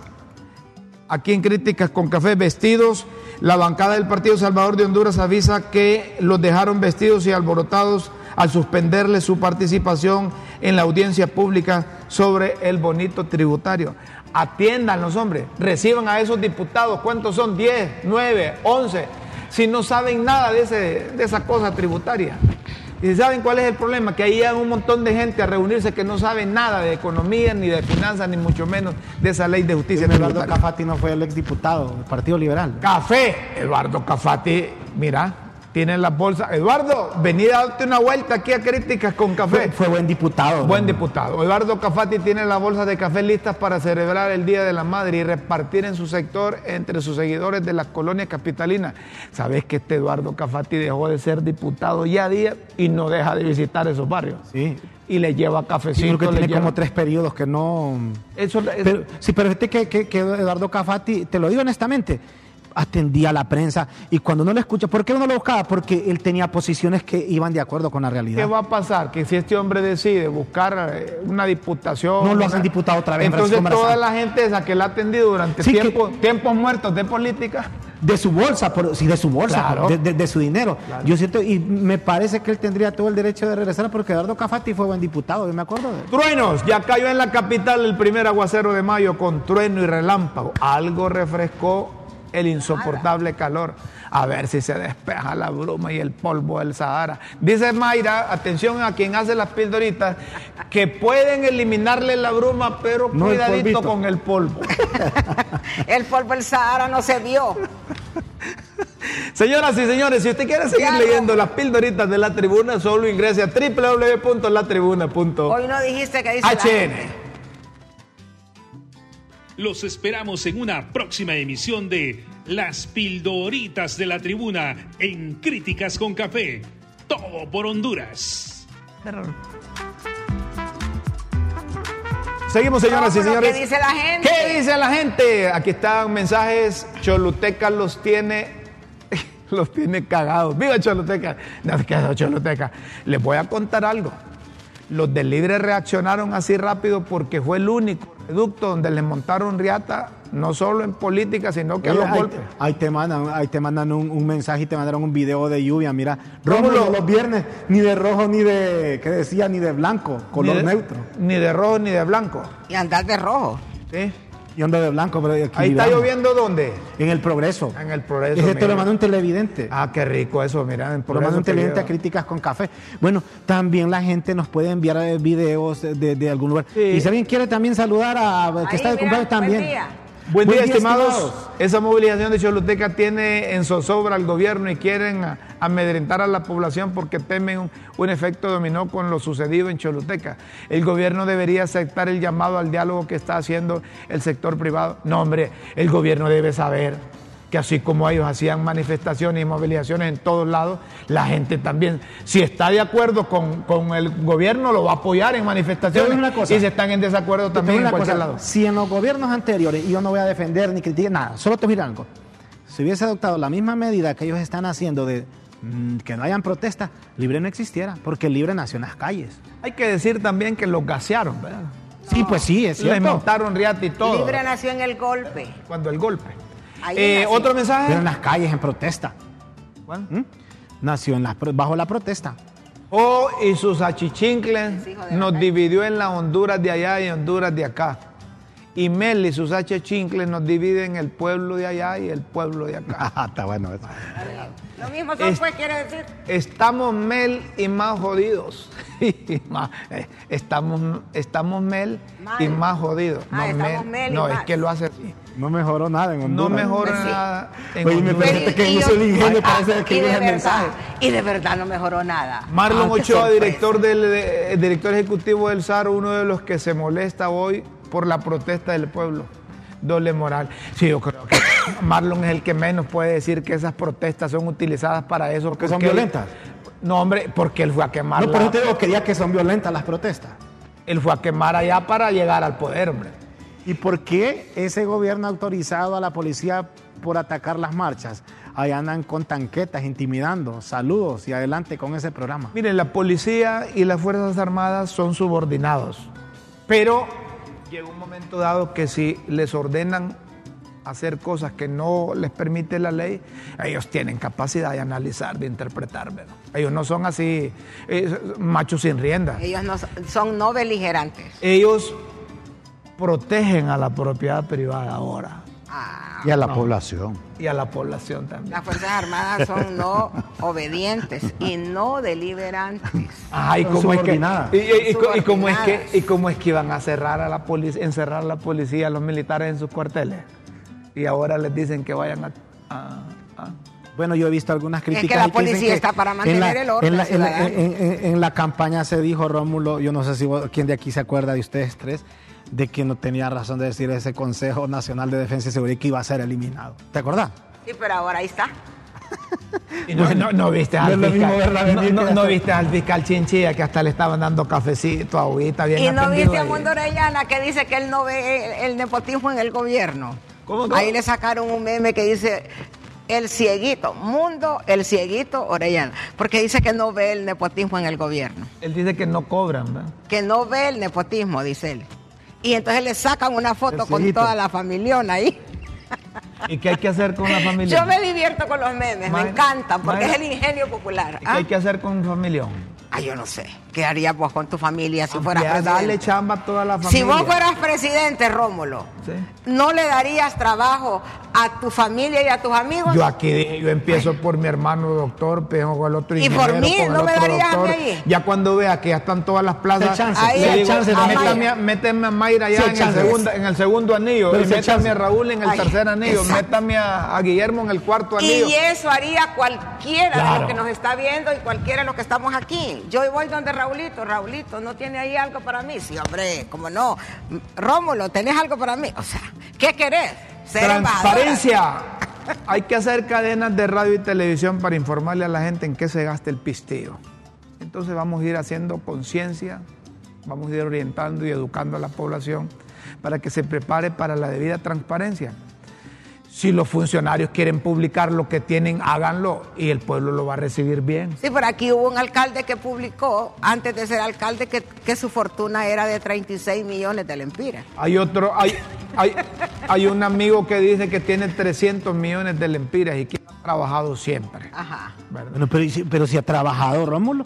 Aquí en Críticas con Café Vestidos, la bancada del Partido Salvador de Honduras avisa que los dejaron vestidos y alborotados al suspenderle su participación en la audiencia pública sobre el bonito tributario. Atiendan los hombres, reciban a esos diputados. ¿Cuántos son? ¿10, 9, 11? Si no saben nada de, ese- de esa cosa tributaria. ¿Y saben cuál es el problema? Que ahí hay un montón de gente a reunirse que no sabe nada de economía, ni de finanzas, ni mucho menos de esa ley de justicia.
Eduardo
tributaria.
Cafati no fue el exdiputado del Partido Liberal.
Café. Eduardo Cafati, mira, tiene las bolsas. Eduardo, vení a darte una vuelta aquí a Críticas con Café.
Fue, fue buen diputado.
Buen
¿no?
diputado. Eduardo Cafati tiene las bolsas de café listas para celebrar el Día de la Madre y repartir en su sector entre sus seguidores de las colonias capitalinas. ¿Sabes que este Eduardo Cafati dejó de ser diputado ya a día y no deja de visitar esos barrios?
Sí.
Y le lleva
Sí,
cafecito.
creo que
le
tiene
lleva-
como tres periodos que no.
Eso, es-
Pero, sí, pero fíjate que, que- que Eduardo Cafati, te lo digo honestamente, atendía a la prensa y cuando no lo escucha, ¿por qué uno lo buscaba? Porque él tenía posiciones que iban de acuerdo con la realidad.
¿Qué va a pasar? Que si este hombre decide buscar eh, una diputación.
No lo hacen
una-
diputado otra vez,
Entonces,
Francisco
toda
Marzán.
la gente esa que la ha atendido durante
Sí, que-
tiempo- tiempos muertos de política.
De su bolsa, por, sí, de su bolsa,
Claro.
de, de- de su dinero. Yo siento, y me parece que él tendría todo el derecho de regresar porque Eduardo Cafati fue buen diputado, yo me acuerdo de él.
Truenos, ya cayó en la capital el primer aguacero de mayo con trueno y relámpago. Algo refrescó el insoportable calor. A ver si se despeja la bruma y el polvo del Sahara. Dice Mayra, atención a quien hace las pildoritas, que pueden eliminarle la bruma, pero
No el
cuidadito
polvito.
con el polvo.
El polvo del Sahara no se vio.
Señoras y señores, si usted quiere seguir
Ya,
leyendo las pildoritas de la tribuna, solo ingrese a www.latribuna.hn.
Hoy no dijiste que dice la gente.
Los esperamos en una próxima emisión de Las Pildoritas de la Tribuna en Críticas con Café. Todo por Honduras.
Seguimos, señoras y
Vamos, lo que
señores.
dice la gente.
¿Qué dice la gente? Aquí están mensajes. Choluteca los tiene. Los tiene cagados. ¡Viva Choluteca! No, que eso, Choluteca. Les voy a contar algo. Los del Libre reaccionaron así rápido porque fue el único reducto donde les montaron riata, no solo en política, sino que a los
ahí,
golpes.
ahí te mandan, ahí te mandan un, un mensaje y te mandaron un video de lluvia. Mira,
Rómulo.
Rómulo los viernes, ni de rojo, ni de, ¿qué decía? Ni de blanco, color
ni de,
neutro.
Ni de rojo ni de blanco.
Y andar de rojo.
¿sí?
Yo ando de blanco, pero aquí
Ahí está
miramos.
lloviendo dónde?
En el progreso.
En el progreso.
Ese te
mira.
lo mandó un televidente.
Ah, qué rico eso, mira. En
Por lo
progreso
menos
que
inteligente a
lleva.
críticas con café. Bueno, también la gente nos puede enviar eh, videos de, de algún lugar.
Sí.
Y si alguien quiere también saludar a
Ahí,
que está de
mira, buen
cumpleaños también.
día.
Buen, día, estimados.
estimados.
Esa movilización de Choluteca tiene en zozobra al gobierno y quieren a- amedrentar a la población porque temen un, un efecto dominó con lo sucedido en Choluteca. El gobierno debería aceptar el llamado al diálogo que está haciendo el sector privado. No, hombre, el gobierno debe saber que así como ellos hacían manifestaciones y movilizaciones en todos lados, la gente también, si está de acuerdo con, con el gobierno, lo va a apoyar en manifestaciones.
una cosa.
Y si están en desacuerdo
Te
también en
digo una
cualquier
cosa,
lado.
Si en los gobiernos anteriores, y yo no voy a defender ni criticar nada, solo te voy a decir algo. Si hubiese adoptado la misma medida que ellos están haciendo de mm, que no hayan protestas, Libre no existiera, porque Libre nació en las calles.
Hay que decir también que los gasearon, ¿verdad?
Sí, pues sí, es
Les
cierto.
montaron riata y todo.
Libre nació en el golpe.
Cuando el golpe.
Ahí
Eh,
nació.
¿Otro mensaje?
Pero en las calles, en protesta.
Juan.
¿Mm? Nació en las, pro- bajo la protesta.
Oh, y sus achichincles
hijo de la
nos
calle.
dividió en la Honduras de allá y Honduras de acá. Y Mel y sus achichincles nos dividen el pueblo de allá y el pueblo de acá.
Ah, está bueno eso.
Lo mismo son,
Es-
pues, quiere decir.
Estamos Mel y más jodidos. Y más- eh, estamos, estamos Mel y
Mal.
más jodidos.
Ah, estamos Mel y
no, es
más.
que lo hace así.
No mejoró nada en
No
Honduras.
mejora
Sí.
nada. en
Oye, me
Honduras.
parece que no
yo-
soy el ingenio para
Ah,
hacer
y
escribir
de
el
verdad,
mensaje.
Y de verdad no mejoró nada.
Marlon
Ah, qué
Ochoa,
sorpresa.
director, del, eh, director ejecutivo del SAR, uno de los que se molesta hoy por la protesta del pueblo. Doble moral. Sí, yo creo que Marlon es el que menos puede decir que esas protestas son utilizadas para eso.
Porque son
él-
violentas.
no, hombre, porque él fue a quemar.
No, por
la-
eso te digo, quería que son violentas las protestas.
Él fue a quemar allá para llegar al poder, hombre.
¿Y por qué ese gobierno ha autorizado a la policía por atacar las marchas? Ahí andan con tanquetas, intimidando. Saludos y adelante con ese programa.
Miren, la policía y las Fuerzas Armadas son subordinados, pero llega un momento dado que si les ordenan hacer cosas que no les permite la ley, ellos tienen capacidad de analizar, de interpretar, ¿verdad? Ellos no son así eh, machos sin rienda.
Ellos no, son- son no beligerantes.
Ellos protegen a la propiedad privada ahora
Ah,
Y a la población.
y a la población también.
las Fuerzas Armadas son no obedientes y no deliberantes.
Ay,
Son
¿cómo es que,
subordinadas.
y, y- y co- y cómo es que
Subordinadas.
y cómo es que iban a cerrar a la policía, encerrar a la policía, a los militares en sus cuarteles. Y ahora les dicen que vayan a, a- a-
Bueno, yo he visto algunas críticas.
que la
ahí dicen
policía está para
en
mantener
la-
el orden
En la, en la-
ciudadano.
en- en- en la campaña se dijo, Rómulo, yo no sé si vos- quién de aquí se acuerda de ustedes tres, de que no tenía razón de decir ese Consejo Nacional de Defensa y Seguridad que iba a ser eliminado. ¿Te acordás?
Sí, pero ahora ahí está.
Y no, no- no viste al
No es lo mismo verla
fiscal.
venir
no-
que
no- no
hacer-
viste al fiscal Chinchilla que hasta le estaban dando cafecito, agüita, bien
Y no
atendido
viste a
ahí.
Mundo Orellana que dice que él no ve el, el nepotismo en el gobierno.
¿Cómo, cómo?
Ahí le sacaron un meme que dice el cieguito, Mundo, el cieguito Orellana, porque dice que no ve el nepotismo en el gobierno,
Él dice que no cobran, ¿verdad?
que no ve el nepotismo, dice él. Y entonces le sacan una foto
El
con
cieguito.
toda la familiona ahí.
¿Y qué hay que hacer con la familia?
Yo me divierto con los memes,
Mayra,
me encantan, porque
Mayra.
es el ingenio popular.
¿Y ¿Qué
¿ah?
hay que hacer con un familión?
Ay, yo no sé. ¿Qué harías vos con tu familia si fueras
Ah, Ya, Dale
presidente?
chamba a toda la familia.
Si vos fueras presidente, Rómulo,
Sí.
¿no le darías trabajo a tu familia y a tus amigos?
Yo aquí dije, yo empiezo por mi hermano doctor, pego con el otro
Y por
ingeniero,
mí,
con el
¿no me
otro
darías a mí
doctor.
ahí?
Ya cuando vea que ya están todas las plazas,
Sí hay chance,
Ahí sí hay
digo, "Ah,
chance de
métame,
Mayra.
a, méteme a Mayra ya
Sí hay
en, el
chance.
segunda- en el segundo anillo,
Pero
y
sí hay
métame
chance.
a Raúl en el
Ay,
tercer anillo,
exacto.
métame a, a Guillermo en el cuarto anillo.
y eso haría cualquiera de
Claro.
los que nos está viendo y cualquiera de los que estamos aquí. Yo voy donde Raulito, Raulito, ¿no tiene ahí algo para mí? Sí, hombre, como no. M- Rómulo, ¿tenés algo para mí? O sea, ¿qué querés? Ser
Transparencia. Hay que hacer cadenas de radio y televisión para informarle a la gente en qué se gasta el pisteo. Entonces vamos a ir haciendo conciencia, vamos a ir orientando y educando a la población para que se prepare para la debida transparencia. Si los funcionarios quieren publicar lo que tienen, háganlo y el pueblo lo va a recibir bien.
Sí, por aquí hubo un alcalde que publicó, antes de ser alcalde, que, que su fortuna era de 36 millones de lempiras.
Hay otro, hay, hay, hay un amigo que dice que tiene 300 millones de lempiras y que ha trabajado siempre.
Ajá.
¿verdad?
Bueno, pero, y si- pero si ha trabajado, Rómulo.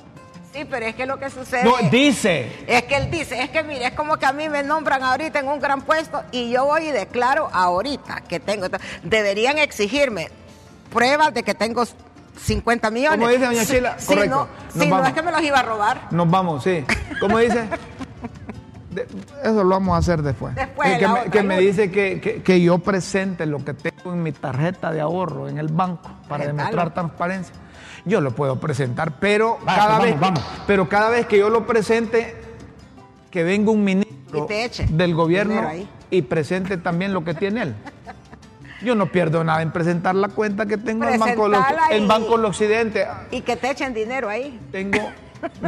Sí, pero es que lo que sucede...
No, dice,
Es que él dice, es que mire, es como que a mí me nombran ahorita en un gran puesto y yo voy y declaro ahorita que tengo. Deberían exigirme pruebas de que tengo 50 millones.
Como dice doña
Si-
Sheila,
si
correcto,
no-
nos
Si no,
vamos.
es que me los iba a robar.
Nos vamos, sí. ¿Cómo dice? De- eso lo vamos a hacer después.
Después,
Eh, que,
la
me,
otra,
que me
lunes.
dice que, que- que yo presente lo que tengo en mi tarjeta de ahorro en el banco para
¿Qué tal?
demostrar transparencia. Yo lo puedo presentar, pero
Vaya,
cada
pues,
vez,
vamos,
pero cada vez que yo lo presente, que venga un ministro
Y te eche
del gobierno
dinero ahí.
y presente también lo que tiene él. Yo no pierdo nada en presentar la cuenta que tengo en Banco, del-
Presentala
en
y-
Banco del Occidente.
Y que te echen dinero ahí.
Tengo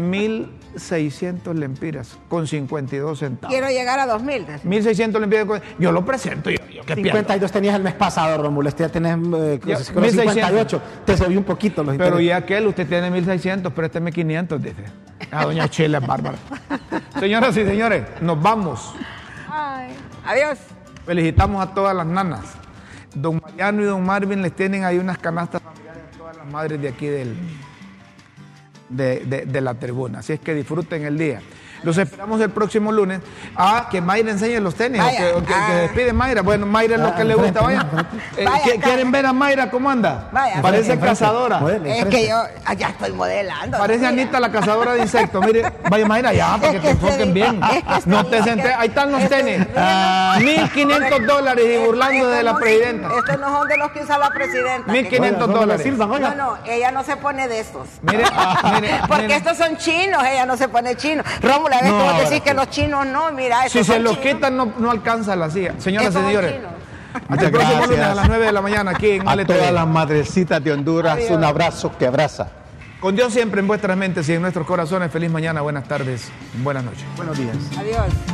1.600 lempiras con 52 centavos.
Quiero llegar a 2.000. decía.
1.600 lempiras con... Yo lo presento, yo, yo qué pierdo.
52 tenías el mes pasado, Rómulo. Este ya tenés eh,
Ya,
creo que 58. Te subí un poquito los
Pero
intereses.
ya aquel, usted tiene 1.600, présteme 500, dice. A doña Chela Bárbara. Señoras y señores, nos vamos.
Ay. Adiós.
Felicitamos a todas las nanas. Don Mariano y don Marvin les tienen ahí unas canastas familiares a todas las madres de aquí del, de, de- de la tribuna. Así es que disfruten el día. Los esperamos el próximo lunes. Ah, que Mayra enseñe los tenis. o
Vaya,
que, o que-
ah.
que despide Mayra. Bueno, Mayra es lo
Ah,
que le
enfrente,
gusta. Vaya.
no,
Eh,
Vaya,
¿qué-
acá.
¿Quieren ver a Mayra cómo anda?
Vaya.
Parece
Enfrente,
cazadora.
modelo,
Es
enfrente.
que yo ah, ya estoy modelando.
Parece
mira.
Anita la cazadora de insectos. Mire, vaya Mayra ya, para que
Es
te
que te
enfoquen
digo,
bien.
es que te
No
digo
te
que-
senté. Ahí están los
estoy
tenis.
viendo.
Ah, 1.500 dólares y
Esto-
burlando
esto
de la
este no-
presidenta.
Estos no son de los que usa la presidenta. que-
1.500
Oiga, Rómulo
dólares.
Silva, oiga.
No, no, ella no se pone de estos.
Mire, ah, mire,
Porque
mire.
estos son chinos, ella no se pone chino. Rómulo, a veces
No,
tú vas a
ahora sí.
decir que los chinos no, mira,
Si
estos
se
son
los
chinos.
quitan, no, no alcanza la silla. Señoras y
Estos son
señales,
chinos.
hasta el
Muchas
próximo lunes
gracias.
a las 9 de la mañana aquí en
A
Ale TV.
todas las madrecitas de Honduras,
Adiós.
un abrazo que abraza.
Con Dios siempre en vuestras mentes y en nuestros corazones. Feliz mañana, buenas tardes, buenas noches.
Buenos días.
Adiós.